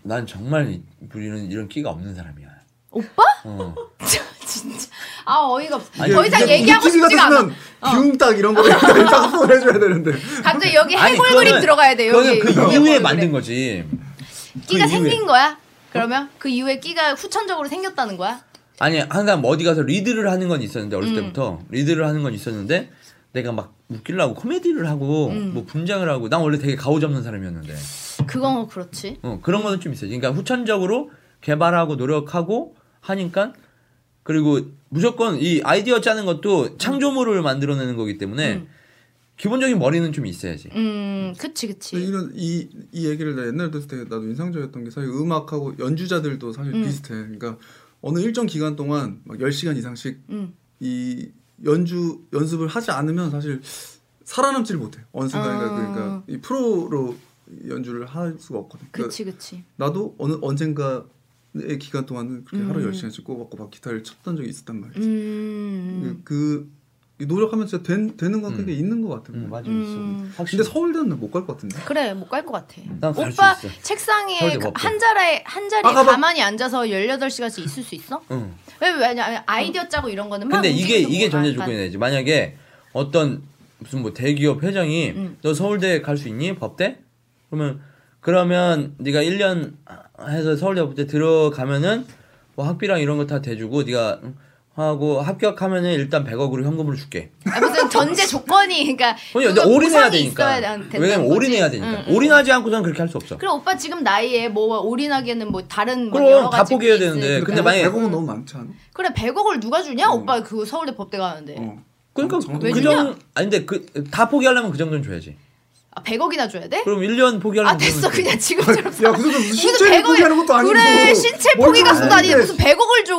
[SPEAKER 4] 난 정말 이- 우리는 이런 끼가 없는 사람이야.
[SPEAKER 3] 오빠?
[SPEAKER 4] 어.
[SPEAKER 3] 진짜 아 어이가 없어.
[SPEAKER 4] 아니,
[SPEAKER 3] 더 이상
[SPEAKER 2] 이게
[SPEAKER 3] 얘기하고
[SPEAKER 2] 우리 TV
[SPEAKER 3] 싶지가 않아. 어.
[SPEAKER 2] 같으면 기운 딱 이런 거 작성을 해줘야 되는데.
[SPEAKER 3] 갑자기 여기
[SPEAKER 4] 아니,
[SPEAKER 3] 해골
[SPEAKER 4] 그거는-
[SPEAKER 3] 그림 들어가야 돼. 여기
[SPEAKER 4] 그거는 그
[SPEAKER 3] 여기
[SPEAKER 4] 이후에
[SPEAKER 3] 해골
[SPEAKER 4] 만든
[SPEAKER 3] 그림.
[SPEAKER 4] 거지.
[SPEAKER 3] 끼가
[SPEAKER 4] 그 이후에.
[SPEAKER 3] 생긴 거야? 그러면 그 이후에 끼가 후천적으로 생겼다는 거야? 음.
[SPEAKER 4] 아니 항상 뭐 어디 가서 리드를 하는 건 있었는데 어렸을 때부터 리드를 하는 건 있었는데 내가 막 막 웃기려고 코미디를 하고
[SPEAKER 3] 음.
[SPEAKER 4] 뭐 분장을 하고 난 원래 되게 가오 잡는 사람이었는데
[SPEAKER 3] 그건 그렇지.
[SPEAKER 4] 어, 그런 거는 좀 있어요. 그러니까 후천적으로 개발하고 노력하고 하니까 그리고 무조건 이 아이디어 짜는 것도 창조물을 만들어내는 거기 때문에
[SPEAKER 3] 음.
[SPEAKER 4] 기본적인 머리는 좀 있어야지.
[SPEAKER 3] 음, 그치
[SPEAKER 2] 근데
[SPEAKER 3] 그치.
[SPEAKER 2] 이런 이, 이 얘기를 나 옛날에 들었을 때 나도 인상적이었던 게 사실 음악하고 연주자들도 사실
[SPEAKER 3] 음.
[SPEAKER 2] 비슷해. 그러니까 어느 일정 기간 동안 막 10시간 이상씩
[SPEAKER 3] 음,
[SPEAKER 2] 이 연주 연습을 하지 않으면 사실 살아남지를 못해. 어느 순간인가
[SPEAKER 3] 아.
[SPEAKER 2] 그러니까 이 프로로 연주를 할 수가 없거든. 그러니까
[SPEAKER 3] 그치 그치.
[SPEAKER 2] 나도 어느 언젠가의 기간 동안은 그렇게 하루
[SPEAKER 3] 음.
[SPEAKER 2] 10시간씩 꼬박꼬박 기타를 쳤던 적이 있었단 말이지.
[SPEAKER 3] 음,
[SPEAKER 2] 그, 그 노력하면 진짜 된, 되는 건 그게
[SPEAKER 4] 음.
[SPEAKER 2] 있는 것 같아. 요
[SPEAKER 4] 맞아
[SPEAKER 3] 음.
[SPEAKER 2] 근데 서울대는 나 못 갈 것 같은데.
[SPEAKER 3] 그래 못 갈 것 같아.
[SPEAKER 4] 난갈수
[SPEAKER 3] 오빠
[SPEAKER 4] 있어.
[SPEAKER 3] 책상 위에
[SPEAKER 4] 서울대 못
[SPEAKER 3] 한 자리에 한 자리에
[SPEAKER 2] 아, 가봐.
[SPEAKER 3] 가만히 앉아서 18시간씩 있을 수 있어?
[SPEAKER 4] 응.
[SPEAKER 3] 왜 왜냐면 아이디어 짜고 이런 거는 막
[SPEAKER 4] 근데 이게
[SPEAKER 3] 움직이는
[SPEAKER 4] 이게
[SPEAKER 3] 거가
[SPEAKER 4] 전제
[SPEAKER 3] 약간-
[SPEAKER 4] 조건이 되지. 만약에 어떤 무슨 뭐 대기업 회장이
[SPEAKER 3] 음.
[SPEAKER 4] 너 서울대 갈 수 있니? 법대? 그러면 그러면 네가 1년 해서 서울대 법대 들어가면은 뭐 학비랑 이런 거 다 대주고 네가 하고 합격하면은 일단 100억으로 현금으로 줄게.
[SPEAKER 3] 아, 무슨 전제 조건이 그러니까
[SPEAKER 4] 아니, 근데
[SPEAKER 3] 그거
[SPEAKER 4] 올인해야
[SPEAKER 3] 보상이
[SPEAKER 4] 되니까.
[SPEAKER 3] 있어야 된- 된다는
[SPEAKER 4] 왜냐면
[SPEAKER 3] 거지.
[SPEAKER 4] 올인해야 되니까.
[SPEAKER 3] 응, 응.
[SPEAKER 4] 올인하지 않고서는 그렇게 할 수 없어.
[SPEAKER 3] 그럼 오빠 지금 나이에 뭐 올인하기에는 뭐 다른 뭐
[SPEAKER 4] 그럼
[SPEAKER 3] 여러 가지
[SPEAKER 4] 다 포기해야
[SPEAKER 3] 케이스.
[SPEAKER 4] 되는데. 근데 음.
[SPEAKER 2] 백억-
[SPEAKER 4] 만약에-
[SPEAKER 2] 백억은 너무 많지 않아?
[SPEAKER 3] 그래 100억을 누가 주냐?
[SPEAKER 2] 어.
[SPEAKER 3] 오빠 그거 서울대 법대 가는데
[SPEAKER 2] 어.
[SPEAKER 4] 그러니까
[SPEAKER 2] 정도-
[SPEAKER 3] 왜
[SPEAKER 4] 그
[SPEAKER 3] 주냐?
[SPEAKER 4] 정도 아니 근데 그 다 포기하려면 그 정도는 줘야지.
[SPEAKER 3] 아 100억이나 줘야 돼?
[SPEAKER 4] 그럼 1년 포기하려면
[SPEAKER 3] 아
[SPEAKER 4] 그
[SPEAKER 3] 됐어
[SPEAKER 4] 정도는 줘야지.
[SPEAKER 3] 그냥 지금처럼
[SPEAKER 2] 야, 그 정도 무슨
[SPEAKER 3] 무슨
[SPEAKER 2] 신체
[SPEAKER 3] 100억 이-
[SPEAKER 2] 포기하는 것도 아니고.
[SPEAKER 3] 그래 신체
[SPEAKER 2] 뭘
[SPEAKER 3] 포기 가수도
[SPEAKER 2] 그러는데.
[SPEAKER 3] 아니고 무슨 100억을 줘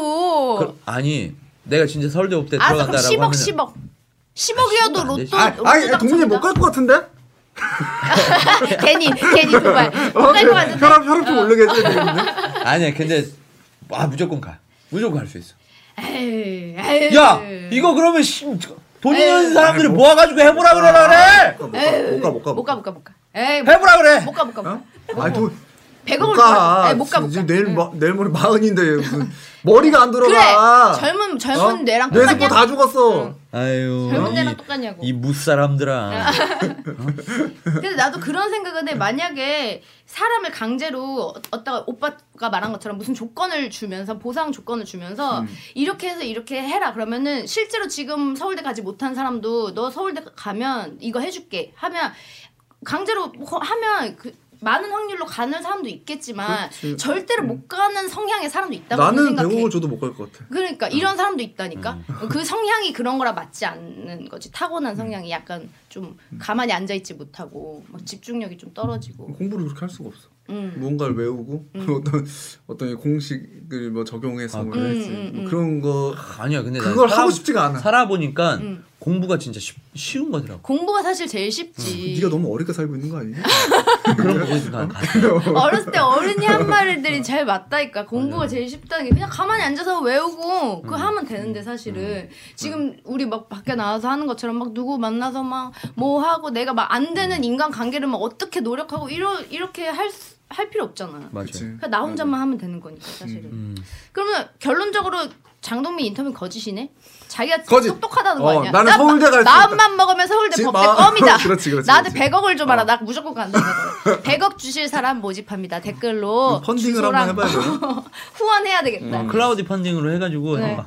[SPEAKER 4] 그- 아니 내가 진짜 서울대 법대
[SPEAKER 3] 알았어 그럼
[SPEAKER 4] 들어간다라고
[SPEAKER 3] 10억 10억
[SPEAKER 4] 하면
[SPEAKER 3] 10억이어도
[SPEAKER 4] 안 되지.
[SPEAKER 3] 로또
[SPEAKER 2] 아, 아니,
[SPEAKER 3] 로또
[SPEAKER 2] 동문이 못 갈 것 같은데?
[SPEAKER 3] 당첨자. 괜히 괜히 도발 못갈것
[SPEAKER 4] 어,
[SPEAKER 3] 같은데 어.
[SPEAKER 2] 혈압 혈압 좀 올르겠지.
[SPEAKER 4] 아니야 근데 아 무조건 가 무조건 갈 수 있어
[SPEAKER 3] 에이, 에이.
[SPEAKER 4] 야 이거 그러면 씨, 돈 있는
[SPEAKER 3] 에이.
[SPEAKER 4] 사람들이 뭐- 모아가지고 해보라 그러라 그래
[SPEAKER 2] 못가
[SPEAKER 3] 못가 못가 에이
[SPEAKER 4] 해보라 그래
[SPEAKER 3] 못가 못가 못가
[SPEAKER 2] 아니 돈
[SPEAKER 3] 100억을 줘야 돼. 못가 못가 네.
[SPEAKER 2] 지금 내일 마, 내일 모레 마흔인데 무슨 머리가 안 들어가.
[SPEAKER 3] 그래 젊은 젊은
[SPEAKER 2] 어?
[SPEAKER 3] 뇌랑
[SPEAKER 2] 뇌 세포
[SPEAKER 3] 똑같냐
[SPEAKER 2] 다 죽었어.
[SPEAKER 4] 아유
[SPEAKER 3] 젊은 데랑 똑같냐고.
[SPEAKER 4] 이무 사람들아
[SPEAKER 3] 근데 나도 그런 생각은 해. 만약에 사람을 강제로 어- 어따가 오빠가 말한 것처럼 무슨 조건을 주면서 보상 조건을 주면서
[SPEAKER 2] 음.
[SPEAKER 3] 이렇게 해서 이렇게 해라 그러면은 실제로 지금 서울대 가지 못한 사람도 너 서울대 가면 이거 해줄게 하면 강제로 뭐 하면 그 많은 확률로 가는 사람도 있겠지만
[SPEAKER 2] 그렇지.
[SPEAKER 3] 절대로 못 가는 성향의 사람도 있다고
[SPEAKER 2] 나는
[SPEAKER 3] 생각해.
[SPEAKER 2] 백억을 줘도 못 갈 것 같아.
[SPEAKER 3] 그러니까 이런 사람도 있다니까 그 성향이 그런 거랑 맞지 않는 거지 타고난 성향이 약간 좀 가만히 앉아 있지 못하고 막 집중력이 좀 떨어지고
[SPEAKER 2] 공부를 그렇게 할 수가 없어.
[SPEAKER 3] 음.
[SPEAKER 2] 무언가를 외우고 어떤 어떤 이 공식을 뭐 적용해서
[SPEAKER 4] 아,
[SPEAKER 2] 뭐
[SPEAKER 3] 그래?
[SPEAKER 2] 해야지.
[SPEAKER 3] 음, 음,
[SPEAKER 2] 뭐
[SPEAKER 3] 음.
[SPEAKER 2] 그런 거
[SPEAKER 4] 아니야 근데 난
[SPEAKER 2] 그걸 하고
[SPEAKER 4] 살아-
[SPEAKER 2] 싶지가 않아.
[SPEAKER 4] 살아보니까
[SPEAKER 3] 음.
[SPEAKER 4] 공부가 진짜 쉽, 쉬운 거더라고
[SPEAKER 3] 공부가 사실 제일
[SPEAKER 2] 음,
[SPEAKER 3] 쉽지
[SPEAKER 2] 네가 너무 어렵게 살고 있는 거 아니니?
[SPEAKER 4] 그런 거 보니까 난 가-
[SPEAKER 3] 어렸을 때 어른이 한 말들이 제일 맞다니까 공부가 제일 쉽다는 게 그냥 가만히 앉아서 외우고 그거 하면 되는데 사실은 지금 우리 막 밖에 나와서 하는 것처럼 막 누구 만나서 막 뭐 하고 내가 막 안 되는 인간 관계를 막 어떻게 노력하고 이러 이렇게 할 수- 할 필요 없잖아.
[SPEAKER 4] 맞아
[SPEAKER 2] 그치.
[SPEAKER 3] 그러니까 나 혼자만 하면 되는 거니까 사실은.
[SPEAKER 4] 음.
[SPEAKER 3] 그러면 결론적으로 장동민 인터뷰 거짓이네? 자기가
[SPEAKER 2] 거짓.
[SPEAKER 3] 똑똑하다는
[SPEAKER 2] 어,
[SPEAKER 3] 거 아니야?
[SPEAKER 2] 나는 서울대 갈수
[SPEAKER 3] 마음만 먹으면 서울대
[SPEAKER 2] 지-
[SPEAKER 3] 법대
[SPEAKER 2] 마-
[SPEAKER 3] 껌이다.
[SPEAKER 2] 그렇지, 그렇지,
[SPEAKER 3] 나한테
[SPEAKER 2] 그렇지. 어.
[SPEAKER 3] 100억을 줘봐라. 나 무조건 간다. 100억 주실 사람 모집합니다. 댓글로
[SPEAKER 2] 음, 펀딩을
[SPEAKER 3] 주소랑
[SPEAKER 2] 한번 해봐야 되나?
[SPEAKER 3] 후원해야 되겠다.
[SPEAKER 4] 클라우디 펀딩으로 해가지고
[SPEAKER 3] 네.
[SPEAKER 4] 해봐.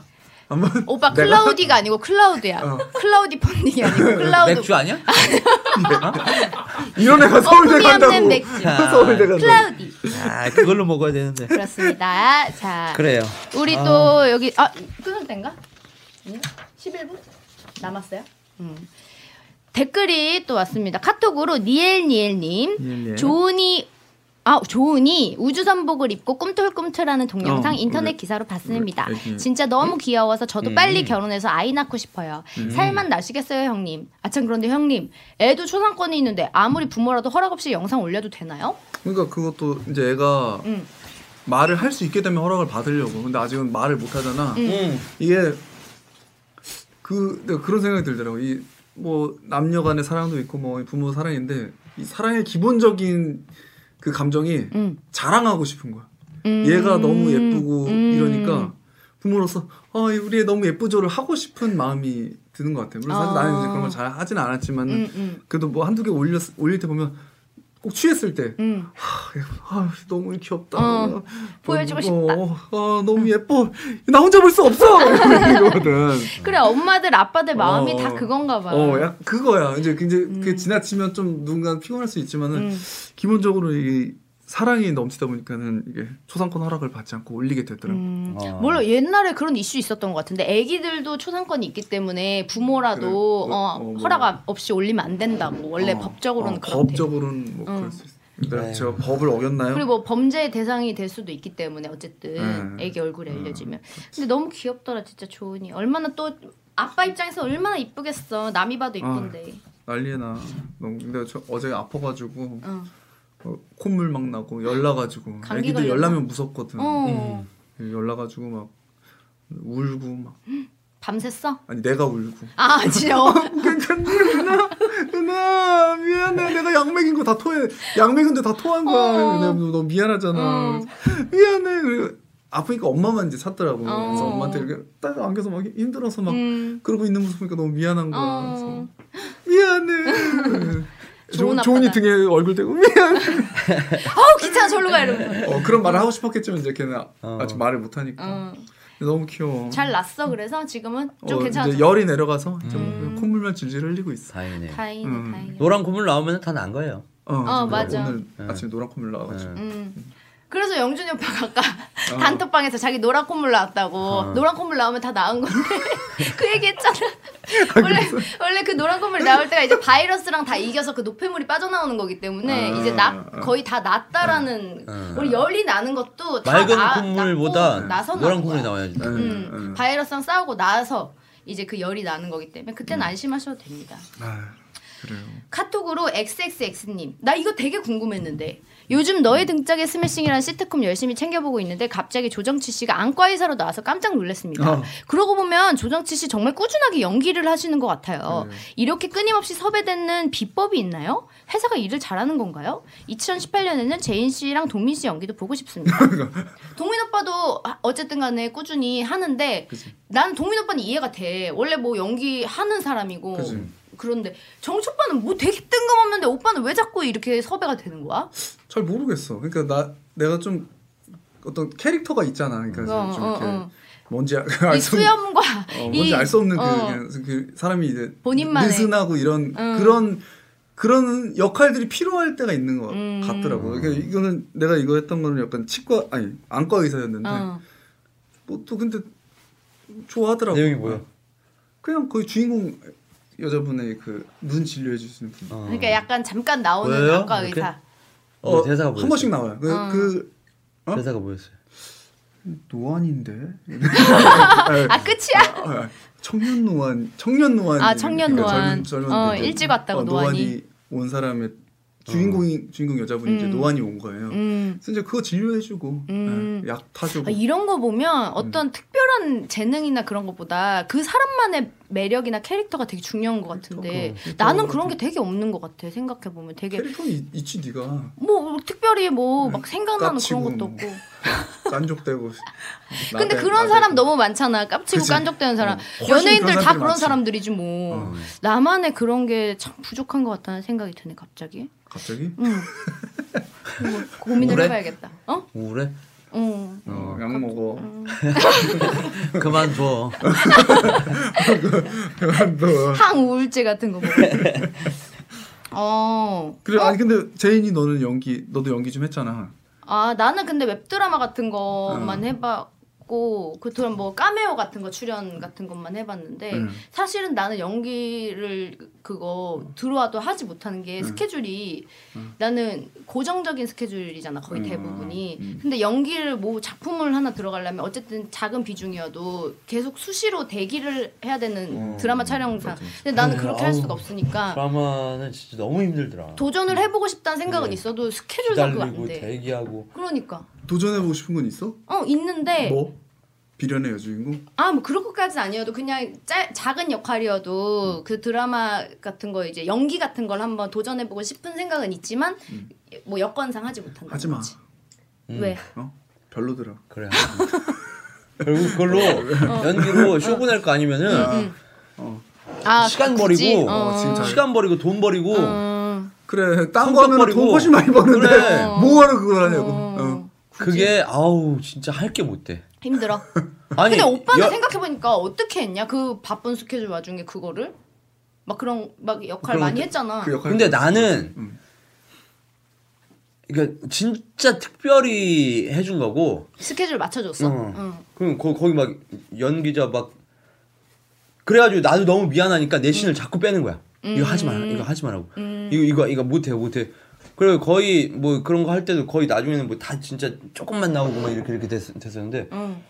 [SPEAKER 2] 한번
[SPEAKER 3] 오빠
[SPEAKER 2] 내가?
[SPEAKER 3] 클라우디가 아니고 클라우드야.
[SPEAKER 2] 어.
[SPEAKER 3] 클라우디 펀딩이 아니고 클라우드.
[SPEAKER 4] 맥주 아니야?
[SPEAKER 2] 이런 애가 서울대
[SPEAKER 3] 품이
[SPEAKER 2] 간다고.
[SPEAKER 3] 없는 맥주.
[SPEAKER 2] 서울대 간다.
[SPEAKER 3] 클라우디.
[SPEAKER 4] 아 그걸로 먹어야 되는데
[SPEAKER 3] 그렇습니다. 자,
[SPEAKER 4] 그래요
[SPEAKER 3] 우리 또 여기 아 끊을 땐가? 아니요? 11분 남았어요. 음. 댓글이 또 왔습니다. 카톡으로 니엘니엘님,
[SPEAKER 2] 니엘니엘.
[SPEAKER 3] 조은이 아 조은이 우주선복을 입고 꿈틀꿈틀하는 동영상
[SPEAKER 2] 어,
[SPEAKER 3] 인터넷
[SPEAKER 2] 우리-
[SPEAKER 3] 기사로 봤습니다.
[SPEAKER 2] 우리 애기. 음.
[SPEAKER 3] 진짜 너무 귀여워서 저도 빨리 결혼해서 아이 낳고 싶어요. 살만 나시겠어요, 형님. 아참 그런데 형님, 애도 초상권이 있는데 아무리 부모라도 허락 없이 영상 올려도 되나요?
[SPEAKER 2] 그러니까 그것도 이제 애가
[SPEAKER 3] 음.
[SPEAKER 2] 말을 할 수 있게 되면 허락을 받으려고. 근데 아직은 말을 못 하잖아.
[SPEAKER 4] 음.
[SPEAKER 2] 이게 그 내가 그런 생각이 들더라고. 이 뭐 남녀간의 사랑도 있고 뭐 부모 사랑인데 이 사랑의 기본적인 그 감정이
[SPEAKER 3] 음.
[SPEAKER 2] 자랑하고 싶은 거야.
[SPEAKER 3] 음.
[SPEAKER 2] 얘가 너무 예쁘고
[SPEAKER 3] 음.
[SPEAKER 2] 이러니까 부모로서 아 우리 애 너무 예쁘죠를 하고 싶은 마음이 드는 것 같아요. 그래서 사실
[SPEAKER 3] 아.
[SPEAKER 2] 나는 이제 그런 걸 잘 하진 않았지만
[SPEAKER 3] 음, 음.
[SPEAKER 2] 그래도 뭐 한두 개 올렸 올릴 때 보면 꼭 취했을 때
[SPEAKER 3] 음.
[SPEAKER 2] 하, 아 너무 귀엽다.
[SPEAKER 3] 어, 보여주고
[SPEAKER 2] 싶다. 아 너무 예뻐. 나 혼자 볼 수 없어. 이거거든.
[SPEAKER 3] 그래 엄마들 아빠들 마음이
[SPEAKER 2] 어.
[SPEAKER 3] 다 그건가 봐.
[SPEAKER 2] 어, 약 그거야. 이제 굉장히 그게 지나치면 좀 누군가 피곤할 수 있지만은
[SPEAKER 3] 음.
[SPEAKER 2] 기본적으로 이 사랑이 넘치다 보니까는 이게 초상권 허락을 받지 않고 올리게 되더라고. 요
[SPEAKER 3] 음,
[SPEAKER 4] 어.
[SPEAKER 3] 물론 옛날에 그런 이슈 있었던 것 같은데 애기들도 초상권이 있기 때문에 부모라도
[SPEAKER 2] 그래. 어,
[SPEAKER 3] 어,
[SPEAKER 2] 어, 뭐.
[SPEAKER 3] 허락 없이 올리면 안 된다고 뭐 원래
[SPEAKER 2] 어, 어,
[SPEAKER 3] 법적으로는 그렇대.
[SPEAKER 2] 법적으로는 뭐
[SPEAKER 3] 응.
[SPEAKER 2] 그럴 수 있어. 그러니까
[SPEAKER 4] 네.
[SPEAKER 2] 제가 법을 어겼나요?
[SPEAKER 3] 음. 그리고 뭐 범죄 대상이 될 수도 있기 때문에 어쨌든
[SPEAKER 2] 네.
[SPEAKER 3] 애기 얼굴이 알려지면. 근데 너무 귀엽더라 진짜 조은이. 얼마나 또 아빠 입장에서 얼마나 이쁘겠어. 남이
[SPEAKER 2] 아.
[SPEAKER 3] 봐도 이쁜데.
[SPEAKER 2] 난리나. 너무 근데 저 어제 아파가지고
[SPEAKER 3] 어.
[SPEAKER 2] 어, 콧물 막 나고 열나가지고
[SPEAKER 3] 감기
[SPEAKER 2] 애기들
[SPEAKER 3] 걸렸나?
[SPEAKER 2] 열나면 무섭거든. 음.
[SPEAKER 3] 어.
[SPEAKER 2] 열나가지고 막 울고 막
[SPEAKER 3] 밤샜어?
[SPEAKER 2] 아니 내가 울고
[SPEAKER 3] 아 진짜. 어.
[SPEAKER 2] 누나 미안해 내가 약 먹인 거 다 토해 약 먹인데 다 토한 거야
[SPEAKER 3] 어.
[SPEAKER 2] 내가 너, 너 미안하잖아
[SPEAKER 3] 어.
[SPEAKER 2] 미안해 그리고 아프니까 엄마만 이제 찾더라고
[SPEAKER 3] 어.
[SPEAKER 2] 그래서 엄마한테 이렇게 딱 안겨서 막 힘들어서 막
[SPEAKER 3] 음.
[SPEAKER 2] 그러고 있는 모습 보니까 너무 미안한 거야
[SPEAKER 3] 어.
[SPEAKER 2] 그래서 미안해
[SPEAKER 3] 좋은
[SPEAKER 2] 조- 조은이
[SPEAKER 3] 아빠다.
[SPEAKER 2] 등에 얼굴 대고 미안해
[SPEAKER 3] 아우 귀찮아 절로 가 이러면서.
[SPEAKER 2] 어, 그런 말을 하고 싶었겠지만 이제 걔는 아-
[SPEAKER 4] 어.
[SPEAKER 2] 아직 말을 못하니까
[SPEAKER 3] 어.
[SPEAKER 2] 너무 귀여워
[SPEAKER 3] 잘 났어 그래서 지금은 좀
[SPEAKER 2] 어,
[SPEAKER 3] 괜찮아.
[SPEAKER 2] 이제 열이 내려가서 좀
[SPEAKER 3] 음.
[SPEAKER 2] 콧물만 질질 흘리고 있어
[SPEAKER 4] 다행이네.
[SPEAKER 3] 다행이네
[SPEAKER 2] 음.
[SPEAKER 3] 다행이네.
[SPEAKER 4] 노란 콧물 나오면 다 난 거예요.
[SPEAKER 2] 어, 그래서
[SPEAKER 3] 어, 맞아.
[SPEAKER 2] 오늘
[SPEAKER 4] 네.
[SPEAKER 2] 아침에 노란 콧물 나와가지고
[SPEAKER 4] 네.
[SPEAKER 3] 음. 그래서 영준이 오빠가 아까
[SPEAKER 4] 어.
[SPEAKER 3] 단톡방에서 자기 노란 콧물 나왔다고 노란 콧물 나오면 다 나은 건데 그 얘기 했잖아 원래 원래 그 노란 콧물 나올 때가 이제 바이러스랑 다 이겨서 그 노폐물이 빠져나오는 거기 때문에
[SPEAKER 2] 아,
[SPEAKER 3] 이제 나
[SPEAKER 4] 어.
[SPEAKER 2] 아.
[SPEAKER 3] 거의 다 낫다라는
[SPEAKER 4] 아.
[SPEAKER 3] 원래 열이 나는 것도 다
[SPEAKER 4] 맑은
[SPEAKER 3] 아, 나,
[SPEAKER 4] 콧물보다
[SPEAKER 3] 낫고 나서
[SPEAKER 4] 노란
[SPEAKER 3] 나는
[SPEAKER 4] 콧물이
[SPEAKER 3] 거야.
[SPEAKER 4] 나와야지.
[SPEAKER 2] 음.
[SPEAKER 3] 음,
[SPEAKER 2] 음.
[SPEAKER 3] 바이러스랑 싸우고 나서 이제 그 열이 나는 거기 때문에 그때는
[SPEAKER 4] 음.
[SPEAKER 3] 안심하셔도 됩니다
[SPEAKER 2] 아 그래요.
[SPEAKER 3] 카톡으로 XXX님, 나 이거 되게 궁금했는데. 요즘 너의 등짝에 스매싱이라는 시트콤 열심히 챙겨보고 있는데 갑자기 조정치 씨가 안과 의사로 나와서 깜짝 놀랐습니다.
[SPEAKER 2] 어.
[SPEAKER 3] 그러고 보면 조정치 씨 정말 꾸준하게 연기를 하시는 것 같아요. 이렇게 끊임없이 섭외되는 비법이 있나요? 회사가 일을 잘하는 건가요? 2018년에는 제인 씨랑 동민 씨 연기도 보고 싶습니다. 동민 오빠도 하- 어쨌든 간에 꾸준히 하는데
[SPEAKER 2] 그치.
[SPEAKER 3] 나는 동민 오빠는 이해가 돼. 원래 뭐 연기 하는 사람이고
[SPEAKER 2] 그치.
[SPEAKER 3] 그런데 정초 오빠는 뭐 되게 뜬금없는데 오빠는 왜 자꾸 이렇게 섭외가 되는 거야?
[SPEAKER 2] 잘 모르겠어. 그러니까 나 내가 좀 어떤 캐릭터가 있잖아. 그러니까
[SPEAKER 3] 어,
[SPEAKER 2] 좀
[SPEAKER 3] 어,
[SPEAKER 2] 이렇게
[SPEAKER 3] 어.
[SPEAKER 2] 뭔지
[SPEAKER 3] 이
[SPEAKER 2] 알수 없는
[SPEAKER 3] 수염과
[SPEAKER 2] 어,
[SPEAKER 3] 이
[SPEAKER 2] 뭔지 알 수 없는 그,
[SPEAKER 3] 어.
[SPEAKER 2] 그냥 그 사람이 이제
[SPEAKER 3] 본인만의-
[SPEAKER 2] 느슨하고 이런
[SPEAKER 3] 음.
[SPEAKER 2] 그런 그런 역할들이 필요할 때가 있는 것
[SPEAKER 3] 음.
[SPEAKER 2] 같더라고. 그러니까 이거는 내가 이거 했던 거는 약간 치과 아니 안과 의사였는데
[SPEAKER 3] 어.
[SPEAKER 2] 뭐 또 근데 좋아하더라고.
[SPEAKER 4] 내용이 뭐야?
[SPEAKER 2] 그냥 거의 주인공 여자분의 그 눈 진료해 주시는 분.
[SPEAKER 4] 어.
[SPEAKER 3] 그러니까 약간 잠깐 나오는
[SPEAKER 4] 왜요?
[SPEAKER 3] 안과
[SPEAKER 4] 이렇게?
[SPEAKER 3] 의사.
[SPEAKER 4] 어, 대사가
[SPEAKER 2] 한 번씩
[SPEAKER 4] 뭐였어요?
[SPEAKER 2] 나와요. 그,
[SPEAKER 3] 어.
[SPEAKER 2] 그 어?
[SPEAKER 4] 대사가 뭐였어요?
[SPEAKER 2] 노안인데 네.
[SPEAKER 3] 아 끝이야?
[SPEAKER 2] 아, 청년 노안 청년 노안 네,
[SPEAKER 3] 아, 청년 노안. 어,
[SPEAKER 2] 분들.
[SPEAKER 3] 일찍 왔다고, 노안이.
[SPEAKER 2] 온 사람의 주인공이 주인공 여자분이 이제
[SPEAKER 3] 음.
[SPEAKER 2] 노안이 온 거예요.
[SPEAKER 3] 음.
[SPEAKER 2] 그래서 이제 그거 진료해주고
[SPEAKER 3] 음.
[SPEAKER 2] 예, 약 타주고
[SPEAKER 3] 아, 이런 거 보면
[SPEAKER 2] 음.
[SPEAKER 3] 어떤 특별한 재능이나 그런 것보다 그 사람만의 매력이나 캐릭터가 되게 중요한 것 같은데
[SPEAKER 2] 그렇죠.
[SPEAKER 3] 나는 그런 게 되게 없는 것 같아 생각해 보면 되게
[SPEAKER 2] 캐릭터는 있- 있지 네가
[SPEAKER 3] 뭐 특별히 뭐
[SPEAKER 2] 음.
[SPEAKER 3] 막 생각나는
[SPEAKER 2] 까치고
[SPEAKER 3] 그런 것도
[SPEAKER 2] 뭐.
[SPEAKER 3] 없고
[SPEAKER 2] 깐족대고
[SPEAKER 3] 근데
[SPEAKER 2] 나대-
[SPEAKER 3] 그런
[SPEAKER 2] 나대고.
[SPEAKER 3] 사람 너무 많잖아. 깝치고
[SPEAKER 2] 그치.
[SPEAKER 3] 깐족대는 사람.
[SPEAKER 2] 어. 훨씬 그런
[SPEAKER 3] 연예인들 다
[SPEAKER 2] 사람들이
[SPEAKER 3] 그런
[SPEAKER 2] 많지.
[SPEAKER 3] 사람들이지 뭐.
[SPEAKER 2] 어.
[SPEAKER 3] 나만의 그런 게 참 부족한 것 같다는 생각이 드네 갑자기.
[SPEAKER 2] 갑자기
[SPEAKER 3] 응. 뭐 고민을
[SPEAKER 4] 그래?
[SPEAKER 3] 해봐야겠다. 어?
[SPEAKER 4] 우울해?
[SPEAKER 3] 응.
[SPEAKER 2] 어, 약 먹어
[SPEAKER 4] 그만둬.
[SPEAKER 2] 너.
[SPEAKER 3] 항우울제 같은 거. 먹어. 어.
[SPEAKER 2] 그래 아니 근데 제인이 너는 연기 너도 연기 좀 했잖아
[SPEAKER 3] 아 나는 근데 웹드라마 같은 것만 해봤고 그처럼 뭐 카메오 같은 거 출연 같은 것만 해봤는데
[SPEAKER 2] 음.
[SPEAKER 3] 사실은 나는 연기를 그거 들어와도 하지 못하는 게 스케줄이 나는 고정적인 스케줄이잖아 거의
[SPEAKER 2] 음,
[SPEAKER 3] 대부분이 근데 연기를 뭐 작품을 하나 들어가려면 어쨌든 작은 비중이어도 계속 수시로 대기를 해야 되는
[SPEAKER 2] 어,
[SPEAKER 3] 드라마 촬영상
[SPEAKER 2] 맞아.
[SPEAKER 3] 근데 나는
[SPEAKER 4] 음,
[SPEAKER 3] 그렇게 할
[SPEAKER 4] 아우.
[SPEAKER 3] 수가 없으니까
[SPEAKER 4] 음. 드라마는 진짜 너무 힘들더라.
[SPEAKER 3] 도전을 해보고 싶다는 생각은 있어도 스케줄상 그거
[SPEAKER 4] 기다리고
[SPEAKER 3] 안돼
[SPEAKER 4] 대기하고.
[SPEAKER 3] 그러니까
[SPEAKER 2] 도전해보고 싶은 건 있어?
[SPEAKER 3] 어 있는데
[SPEAKER 2] 뭐? 비련의 여주인공?
[SPEAKER 3] 아 뭐 그런 것까지 아니어도 그냥 짤, 작은 역할이어도 그 드라마 같은 거 이제 연기 같은 걸 한번 도전해보고 싶은 생각은 있지만 뭐 여건상 하지 못한다.
[SPEAKER 2] 하지 마.
[SPEAKER 4] 음.
[SPEAKER 3] 왜?
[SPEAKER 2] 어? 별로더라.
[SPEAKER 4] 그래. 결국 그걸로
[SPEAKER 3] 어.
[SPEAKER 4] 연기로 쇼 보낼 거 아니면은
[SPEAKER 2] 어.
[SPEAKER 3] 아
[SPEAKER 4] 시간
[SPEAKER 3] 굳이?
[SPEAKER 4] 버리고
[SPEAKER 3] 어.
[SPEAKER 2] 어, 지금 잘-
[SPEAKER 4] 시간 버리고 돈 버리고
[SPEAKER 3] 음.
[SPEAKER 2] 그래 딴 거 하면 돈
[SPEAKER 4] 버리고.
[SPEAKER 2] 훨씬 많이 버는데
[SPEAKER 4] 그래.
[SPEAKER 2] 뭐하러 그걸 하냐고
[SPEAKER 3] 어,
[SPEAKER 2] 어.
[SPEAKER 4] 그게 아우 진짜 할 게 못 돼.
[SPEAKER 3] 힘들어.
[SPEAKER 4] 아니
[SPEAKER 3] 근데 오빠는
[SPEAKER 4] 여-
[SPEAKER 3] 생각해보니까 어떻게 했냐? 그 바쁜 스케줄 와중에 그거를 막 그런 막 역할
[SPEAKER 2] 그런
[SPEAKER 3] 많이
[SPEAKER 2] 게-
[SPEAKER 3] 했잖아.
[SPEAKER 2] 그 역할
[SPEAKER 4] 근데 나는
[SPEAKER 2] 음.
[SPEAKER 4] 그러니까 진짜 특별히 해준 거고
[SPEAKER 3] 스케줄 맞춰줬어.
[SPEAKER 4] 어.
[SPEAKER 3] 응.
[SPEAKER 4] 그럼 거, 거기 막 연기자 막 그래가지고 나도 너무 미안하니까 내 신을 자꾸 빼는 거야. 이거 하지 마라, 이거 하지 말라고. 이거 이거 이거 못해 못해. 그리고 거의 뭐 그런 거 할 때도 거의 나중에는 뭐 다 진짜 조금만 나오고 막 이렇게 이렇게 됐, 됐었는데
[SPEAKER 3] 응.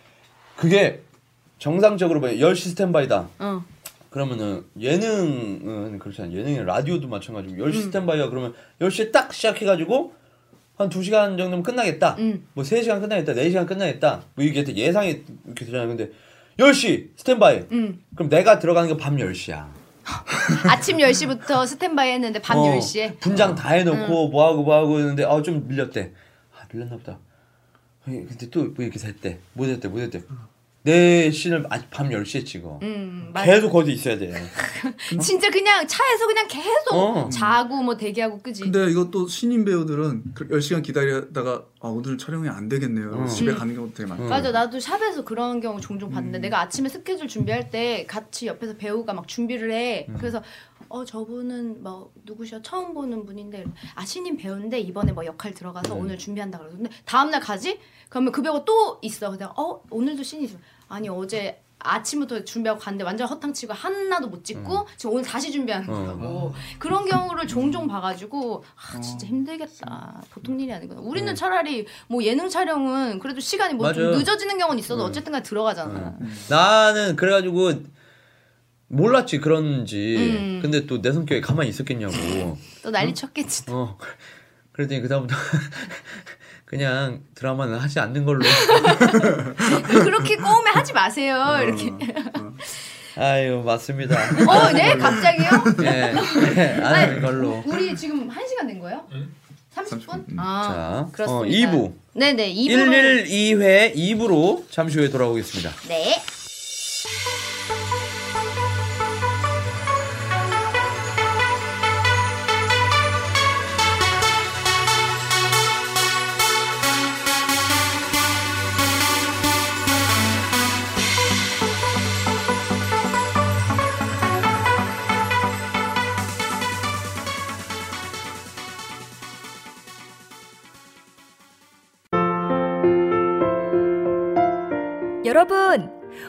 [SPEAKER 4] 그게 정상적으로 뭐 10시 스탠바이다.
[SPEAKER 3] 응.
[SPEAKER 4] 그러면은 예능은 그렇지 않아. 예능이 라디오도 마찬가지고 10시
[SPEAKER 3] 음.
[SPEAKER 4] 스탠바이야 그러면 10시에 딱 시작해 가지고 한 2시간 정도면 끝나겠다.
[SPEAKER 3] 음.
[SPEAKER 4] 뭐 3시간 끝나겠다. 4시간 끝나겠다. 뭐 이게 되게 예상이 이렇게 되잖아. 근데 10시 스탠바이.
[SPEAKER 3] 음.
[SPEAKER 4] 그럼 내가 들어가는 게 밤 10시야.
[SPEAKER 3] 아침 10시부터 스탠바이 했는데 밤 10시에
[SPEAKER 4] 어,
[SPEAKER 3] 어. 음.
[SPEAKER 4] 분장 다 해놓고 뭐하고 뭐하고 했는데 아 좀 밀렸대. 아 밀렸나 보다. 아니, 근데 또 뭐 이렇게 됐대. 못 했대 못 했대. 내 신을 아직 밤 10시에 찍어.
[SPEAKER 3] 음, 맞아.
[SPEAKER 4] 계속 거기 있어야 돼.
[SPEAKER 3] 진짜 그냥 차에서 그냥 계속
[SPEAKER 4] 어.
[SPEAKER 3] 자고 뭐 대기하고 그지.
[SPEAKER 2] 근데 이것도 신인 배우들은 그 10시간 기다리다가 아 오늘 촬영이 안 되겠네요.
[SPEAKER 4] 음.
[SPEAKER 2] 집에 가는 경우도 되게 많아.
[SPEAKER 3] 맞아 나도 샵에서 그런 경우 종종 봤는데 내가 아침에 스케줄 준비할 때 같이 옆에서 배우가 막 준비를 해 그래서 어 저분은 뭐 누구셔 처음 보는 분인데 아 신인 배우인데 이번에 뭐 역할 들어가서 오늘 준비한다 그러는데 근데 다음날 가지 그러면 그 배우가 또 있어 그냥 어 오늘도 신이지 아니 어제 아침부터 준비하고 갔는데 완전 허탕치고 하나도 못 찍고 지금 오늘 다시 준비하는 거라고 그런 경우를 종종 봐가지고 아 진짜 힘들겠다 보통 일이 아니구나 우리는 차라리 뭐 예능 촬영은 그래도 시간이 뭐 좀
[SPEAKER 4] 맞아요. 네.
[SPEAKER 3] 늦어지는 경우는 있어도 어쨌든 간에 들어가잖아
[SPEAKER 4] 음. 나는 그래가지고 몰랐지 그런지
[SPEAKER 3] 음.
[SPEAKER 4] 근데 또 내 성격에 가만히 있었겠냐고
[SPEAKER 3] 또 난리 쳤겠지
[SPEAKER 4] 어 그랬더니 그다음부터 그냥 드라마는 하지 않는 걸로
[SPEAKER 3] 그렇게 꼬우면 하지 마세요
[SPEAKER 4] 어.
[SPEAKER 3] 이렇게
[SPEAKER 4] 아유 맞습니다
[SPEAKER 3] 어네 갑자기요
[SPEAKER 4] 예 안 하는 걸로
[SPEAKER 3] 우리 지금 1 시간 된 거예요 30분 아
[SPEAKER 4] 자,
[SPEAKER 3] 그렇습니다
[SPEAKER 4] 어, 2부.
[SPEAKER 3] 네네 2부로
[SPEAKER 4] 112회 2부로 잠시 후에 돌아오겠습니다
[SPEAKER 3] 네
[SPEAKER 1] 여러분,